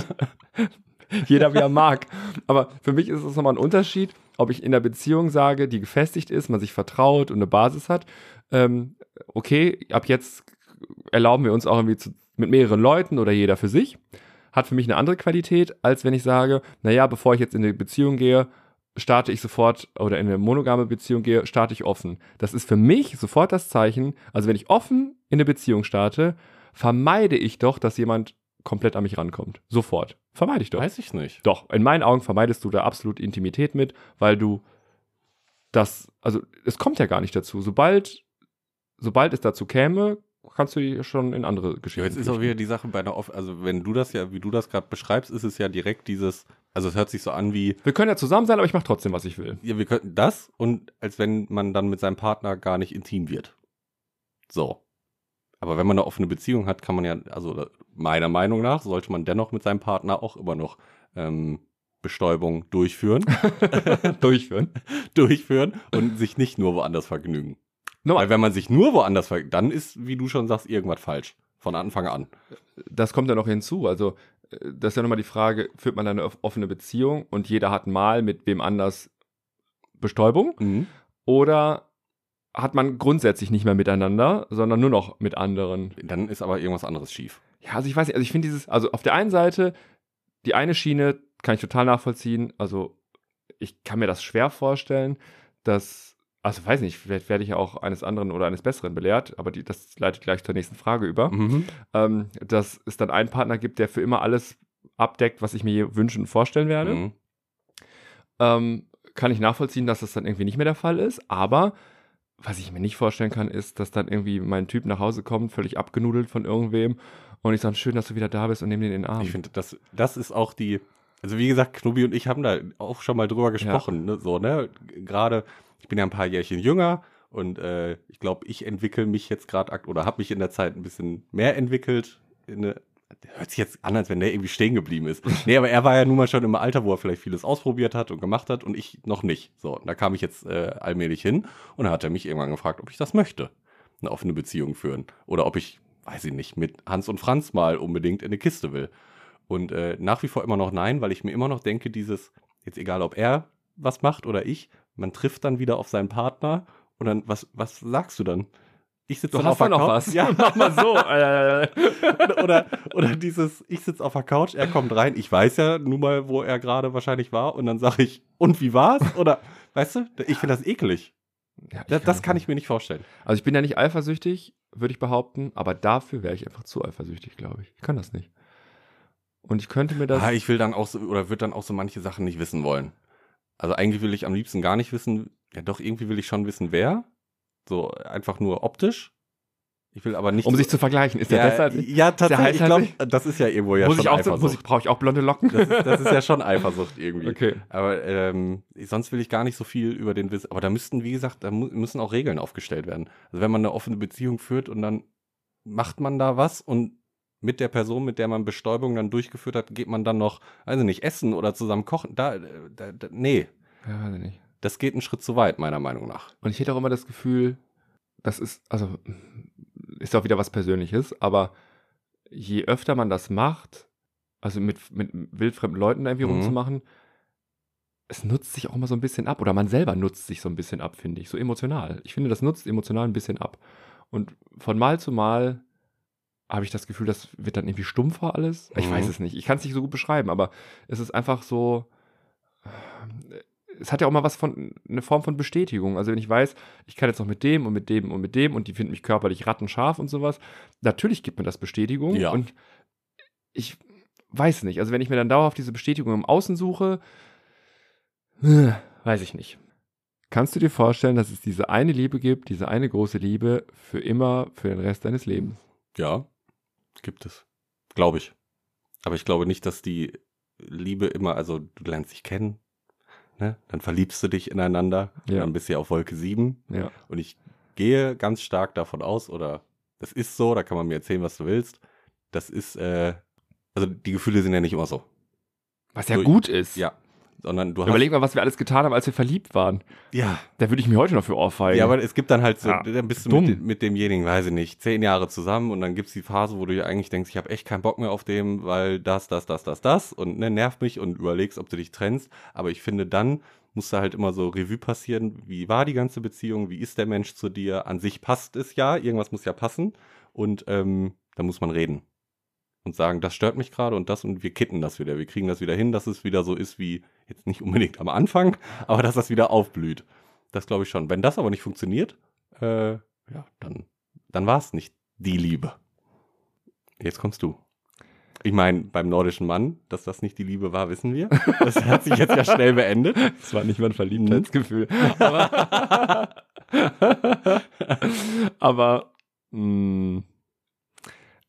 B: jeder wie er mag. Aber für mich ist es nochmal ein Unterschied, ob ich in der Beziehung sage, die gefestigt ist, man sich vertraut und eine Basis hat. Ähm, okay, ab jetzt erlauben wir uns auch irgendwie zu, mit mehreren Leuten oder jeder für sich. Hat für mich eine andere Qualität, als wenn ich sage, naja, bevor ich jetzt in eine Beziehung gehe, starte ich sofort oder in eine monogame Beziehung gehe, starte ich offen. Das ist für mich sofort das Zeichen, also wenn ich offen in eine Beziehung starte, vermeide ich doch, dass jemand komplett an mich rankommt. Sofort. Vermeide ich doch.
A: Weiß ich nicht.
B: Doch, in meinen Augen vermeidest du da absolut Intimität mit, weil du das, also es kommt ja gar nicht dazu. Sobald, sobald es dazu käme, kannst du dich schon in andere
A: Ja,
B: Geschichten.
A: jetzt ist auch wieder die Sache bei einer Off also wenn du das ja, wie du das gerade beschreibst, ist es ja direkt dieses, also es hört sich so an wie,
B: wir können ja zusammen sein, aber ich mache trotzdem, was ich will.
A: ja, wir könnten das und als wenn man dann mit seinem Partner gar nicht intim wird. So. Aber wenn man eine offene Beziehung hat, kann man ja, also meiner Meinung nach, sollte man dennoch mit seinem Partner auch immer noch ähm, Bestäubung durchführen.
B: Durchführen.
A: durchführen und sich nicht nur woanders vergnügen. Weil
B: Nochmal,
A: wenn man sich nur woanders vergnügt, dann ist, wie du schon sagst, irgendwas falsch. Von Anfang an.
B: das kommt ja noch hinzu. Also, äh, das ist ja nochmal die Frage, führt man da eine off- offene Beziehung und jeder hat mal mit wem anders Bestäubung? Oder hat man grundsätzlich nicht mehr miteinander, sondern nur noch mit anderen?
A: Dann ist aber irgendwas anderes schief.
B: Ja, also ich weiß nicht, also ich finde dieses, also auf der einen Seite, die eine Schiene kann ich total nachvollziehen, also ich kann mir das schwer vorstellen, dass, also weiß nicht, vielleicht werde ich ja auch eines anderen oder eines Besseren belehrt, aber die, das leitet gleich zur nächsten Frage über,
A: Mhm.
B: ähm, dass es dann einen Partner gibt, der für immer alles abdeckt, was ich mir je wünschen und vorstellen werde
A: Mhm.
B: ähm, kann ich nachvollziehen, dass das dann irgendwie nicht mehr der Fall ist. Aber was ich mir nicht vorstellen kann, ist, dass dann irgendwie mein Typ nach Hause kommt, völlig abgenudelt von irgendwem. Und ich sage, schön, dass du wieder da bist und nehme den in den Arm.
A: Ich finde, das, das ist auch die, Also wie gesagt, Knubi und ich haben da auch schon mal drüber gesprochen. Ne? So, ne? Gerade, ich bin ja ein paar Jährchen jünger und äh, ich glaube, ich entwickle mich jetzt gerade akt- oder habe mich in der Zeit ein bisschen mehr entwickelt. In eine, hört sich jetzt an, als wenn der irgendwie stehen geblieben ist. nee, aber er war ja nun mal schon im Alter, wo er vielleicht vieles ausprobiert hat und gemacht hat und ich noch nicht. So, und da kam ich jetzt äh, allmählich hin und da hat er mich irgendwann gefragt, ob ich das möchte. Eine offene Beziehung führen. Oder ob ich, weiß ich nicht, mit Hans und Franz mal unbedingt in eine Kiste will. Und äh, nach wie vor immer noch nein, weil ich mir immer noch denke, dieses, jetzt egal ob er was macht oder ich, man trifft dann wieder auf seinen Partner und dann, was, was sagst du dann? Ich sitze
B: Du
A: dann
B: hast
A: auf der
B: doch noch
A: Couch-
B: was.
A: Ja,
B: Mach mal so. Äh,
A: oder, oder dieses, ich sitze auf der Couch, er kommt rein, ich weiß ja nun mal, wo er gerade wahrscheinlich war und dann sage ich, und wie war's? Oder, weißt du, ich finde das eklig.
B: ja, ich
A: Das, das kann ich mir nicht vorstellen.
B: Also ich bin ja nicht eifersüchtig, würde ich behaupten, aber dafür wäre ich einfach zu eifersüchtig, glaube ich. Ich kann das nicht. Und ich könnte mir das.
A: ah, ich will dann auch so, oder würde dann auch so manche Sachen nicht wissen wollen. Also eigentlich will ich am liebsten gar nicht wissen, ja doch, irgendwie will ich schon wissen, wer. So einfach nur optisch. Ich will aber nicht.
B: um
A: so-
B: sich zu vergleichen, ist ja,
A: ja,
B: besser. als ich.
A: ja, tatsächlich.
B: heißt
A: ich glaube, das ist ja irgendwo ja
B: muss
A: schon
B: ich auch, so-
A: Eifersucht.
B: muss ich, brauche ich auch blonde Locken?
A: das, ist, das ist ja schon Eifersucht irgendwie.
B: okay.
A: Aber ähm, sonst will ich gar nicht so viel über den wissen. Aber da müssten, wie gesagt, da mu müssen auch Regeln aufgestellt werden. Also wenn man eine offene Beziehung führt und dann macht man da was und mit der Person, mit der man Bestäubung dann durchgeführt hat, geht man dann noch, also nicht essen oder zusammen kochen. Da, äh, da, da, nee,
B: Ja, weiß ich nicht.
A: das geht einen Schritt zu weit, meiner Meinung nach.
B: Und ich hätte auch immer das Gefühl, das ist, also, ist auch wieder was Persönliches, aber je öfter man das macht, also mit, mit wildfremden Leuten da irgendwie
A: Mhm.
B: rumzumachen, es nutzt sich auch immer so ein bisschen ab. Oder man selber nutzt sich so ein bisschen ab, finde ich. So emotional. Ich finde, das nutzt emotional ein bisschen ab. Und von Mal zu Mal habe ich das Gefühl, das wird dann irgendwie stumpfer alles. Ich
A: Mhm.
B: weiß es nicht. Ich kann es nicht so gut beschreiben, aber es ist einfach so. äh, Es hat ja auch mal was von eine Form von Bestätigung. Also wenn ich weiß, ich kann jetzt noch mit dem und mit dem und mit dem und die finden mich körperlich rattenscharf und sowas, natürlich gibt mir das Bestätigung.
A: Ja.
B: Und ich weiß nicht. Also wenn ich mir dann dauerhaft diese Bestätigung im Außen suche, äh, weiß ich nicht. Kannst du dir vorstellen, dass es diese eine Liebe gibt, diese eine große Liebe für immer, für den Rest deines Lebens?
A: Ja, gibt es. Glaube ich. Aber ich glaube nicht, dass die Liebe immer, also du lernst dich kennen, ne? dann verliebst du dich ineinander,
B: Ja.
A: dann bist du ja auf Wolke 7
B: Ja.
A: Und ich gehe ganz stark davon aus, oder das ist so, da kann man mir erzählen, was du willst. Das ist, äh, also die Gefühle sind ja nicht immer so.
B: Was ja
A: So,
B: gut ist.
A: Ja. Sondern du hast.
B: Überleg mal, was wir alles getan haben, als wir verliebt waren.
A: ja.
B: Da würde ich mir heute noch für ohrfeigen.
A: ja, aber es gibt dann halt so,
B: Ja,
A: dann bist du
B: dumm.
A: mit, mit demjenigen, weiß ich nicht, zehn Jahre zusammen und dann gibt's die Phase, wo du dir eigentlich denkst, ich habe echt keinen Bock mehr auf dem, weil das, das, das, das, das und ne, nervt mich und überlegst, ob du dich trennst. Aber ich finde, dann musst du halt immer so Revue passieren, wie war die ganze Beziehung, wie ist der Mensch zu dir, an sich passt es ja, irgendwas muss ja passen und ähm, da muss man reden und sagen, das stört mich gerade und das und wir kitten das wieder, wir kriegen das wieder hin, dass es wieder so ist wie, jetzt nicht unbedingt am Anfang, aber dass das wieder aufblüht. Das glaube ich schon. Wenn das aber nicht funktioniert, äh, ja, dann, dann war es nicht die Liebe. Jetzt kommst du. Ich meine, beim nordischen Mann, dass das nicht die Liebe war, wissen wir. Das hat sich jetzt ja schnell beendet.
B: das war nicht mein
A: Verliebtheitsgefühl.
B: Aber, aber mh,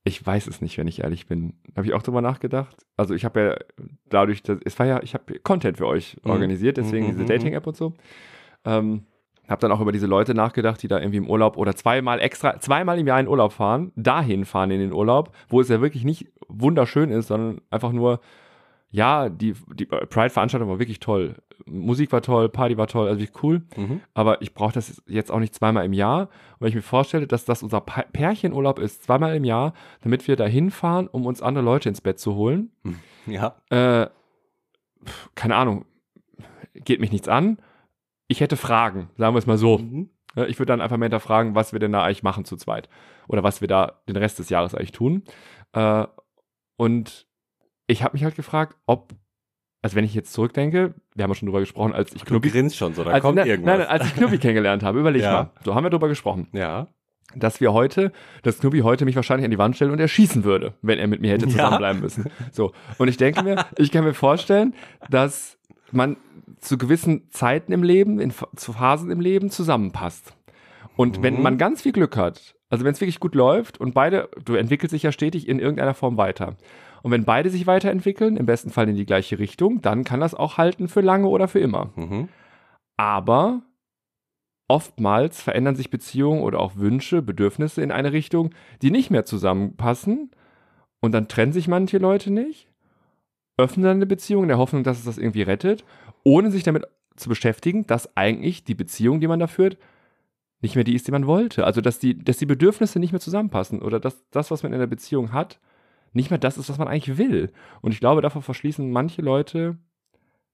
B: ich weiß es nicht, wenn ich ehrlich bin. Habe ich auch drüber nachgedacht. Also ich habe ja dadurch, dass, es war ja, ich habe Content für euch
A: Mhm.
B: organisiert, deswegen
A: Mhm,
B: diese
A: mhm,
B: Dating-App und so. Ähm, habe dann auch über diese Leute nachgedacht, die da irgendwie im Urlaub oder zweimal extra, zweimal im Jahr in Urlaub fahren, dahin fahren in den Urlaub, wo es ja wirklich nicht wunderschön ist, sondern einfach nur, ja, die, die Pride-Veranstaltung war wirklich toll. Musik war toll, Party war toll, also wirklich cool
A: Mhm.
B: aber ich brauche das jetzt auch nicht zweimal im Jahr. Und wenn ich mir vorstelle, dass das unser Pa- Pärchenurlaub ist, zweimal im Jahr, damit wir da hinfahren, um uns andere Leute ins Bett zu holen,
A: Ja.
B: äh, pf, keine Ahnung, geht mich nichts an. Ich hätte Fragen, sagen wir es mal so.
A: Mhm.
B: Ja, Ich würde dann einfach mal hinterfragen, was wir denn da eigentlich machen zu zweit. Oder was wir da den Rest des Jahres eigentlich tun. Äh, und ich habe mich halt gefragt, ob, also wenn ich jetzt zurückdenke, wir haben ja schon drüber gesprochen, als ich
A: Du Also
B: Knuppi
A: grinst schon so, da
B: als,
A: kommt
B: nein,
A: irgendwas.
B: Nein, nein, als ich Knuppi kennengelernt habe, überleg
A: Ja.
B: mal. So haben wir drüber gesprochen,
A: ja.
B: dass wir heute, dass Knuppi heute mich wahrscheinlich an die Wand stellen und erschießen würde, wenn er mit mir hätte
A: Ja.
B: zusammenbleiben müssen. So. Und ich denke mir, ich kann mir vorstellen, dass man zu gewissen Zeiten im Leben, in, Ph- zu Phasen im Leben zusammenpasst. Und wenn
A: Mhm.
B: man ganz viel Glück hat, also wenn es wirklich gut läuft und beide, du entwickelst dich ja stetig in irgendeiner Form weiter. Und wenn beide sich weiterentwickeln, im besten Fall in die gleiche Richtung, dann kann das auch halten für lange oder für immer.
A: Mhm.
B: Aber oftmals verändern sich Beziehungen oder auch Wünsche, Bedürfnisse in eine Richtung, die nicht mehr zusammenpassen. Und dann trennen sich manche Leute nicht, öffnen dann eine Beziehung in der Hoffnung, dass es das irgendwie rettet, ohne sich damit zu beschäftigen, dass eigentlich die Beziehung, die man da führt, nicht mehr die ist, die man wollte. Also, dass die, dass die Bedürfnisse nicht mehr zusammenpassen oder dass das, was man in der Beziehung hat, nicht mehr das ist, was man eigentlich will. Und ich glaube, davor verschließen manche Leute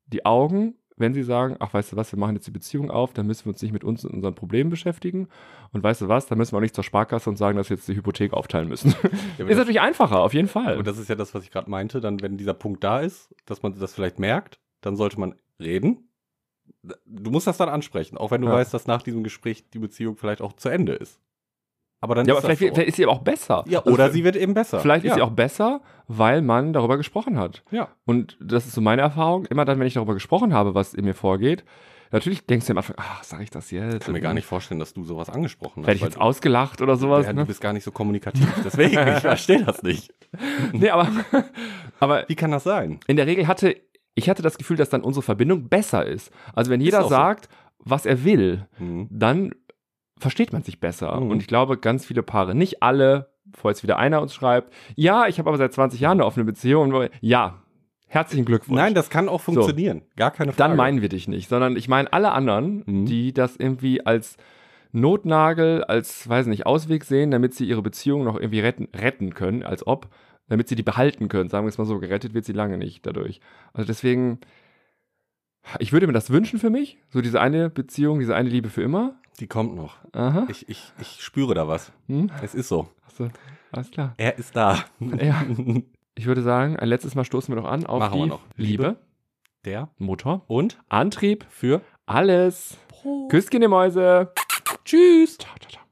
B: die Augen, wenn sie sagen, ach, weißt du was, wir machen jetzt die Beziehung auf, dann müssen wir uns nicht mit uns und unseren Problemen beschäftigen. Und weißt du was, dann müssen wir auch nicht zur Sparkasse und sagen, dass wir jetzt die Hypothek aufteilen müssen.
A: Ja, aber
B: ist
A: das-
B: natürlich einfacher, auf jeden Fall.
A: Und das ist ja das, was ich gerade meinte. Dann, wenn dieser Punkt da ist, dass man das vielleicht merkt, dann sollte man reden. Du musst das dann ansprechen, auch wenn du
B: Ja.
A: weißt, dass nach diesem Gespräch die Beziehung vielleicht auch zu Ende ist. Aber dann
B: ja, aber
A: ist
B: vielleicht,
A: das so.
B: vielleicht ist sie aber auch besser.
A: ja,
B: Also
A: oder sie wird eben besser.
B: Vielleicht
A: ja.
B: ist sie auch besser, weil man darüber gesprochen hat.
A: Ja.
B: Und das ist so meine Erfahrung. Immer dann, wenn ich darüber gesprochen habe, was in mir vorgeht, natürlich denkst du am Anfang, ach, sag ich das jetzt?
A: Ich kann mir gar nicht vorstellen, dass du sowas angesprochen hast.
B: Werde Mhm. ich
A: weil
B: jetzt ausgelacht oder sowas?
A: ja,
B: ne?
A: Du bist gar nicht so kommunikativ. Deswegen, ich verstehe das nicht.
B: Nee, aber, aber
A: Wie kann das sein?
B: in der Regel hatte ich hatte das Gefühl, dass dann unsere Verbindung besser ist. Also wenn jeder
A: auch so.
B: sagt, was er will,
A: Hm.
B: dann versteht man sich besser.
A: Mhm.
B: Und ich glaube, ganz viele Paare, nicht alle, bevor jetzt wieder einer uns schreibt, ja, ich habe aber seit 20 Jahren eine offene Beziehung. Und ja, herzlichen Glückwunsch.
A: Nein, das kann auch funktionieren. Gar keine Frage.
B: Dann meinen wir dich nicht, sondern ich meine alle anderen,
A: Mhm.
B: die das irgendwie als Notnagel, als, weiß nicht, Ausweg sehen, damit sie ihre Beziehung noch irgendwie retten, retten können, als ob, damit sie die behalten können. Sagen wir es mal so, gerettet wird sie lange nicht dadurch. Also deswegen, ich würde mir das wünschen für mich, so diese eine Beziehung, diese eine Liebe für immer.
A: Die kommt noch.
B: Aha.
A: Ich, ich, ich spüre da was.
B: Hm?
A: Es ist so.
B: Achso, alles klar.
A: Er ist da.
B: Ja, ich würde sagen, ein letztes Mal stoßen wir noch an auf
A: Machen
B: die
A: wir noch.
B: Liebe,
A: Der
B: Motor,
A: und
B: Antrieb,
A: für
B: alles. Küsschen, ihr Mäuse. Tschüss. Ciao, ciao, ciao.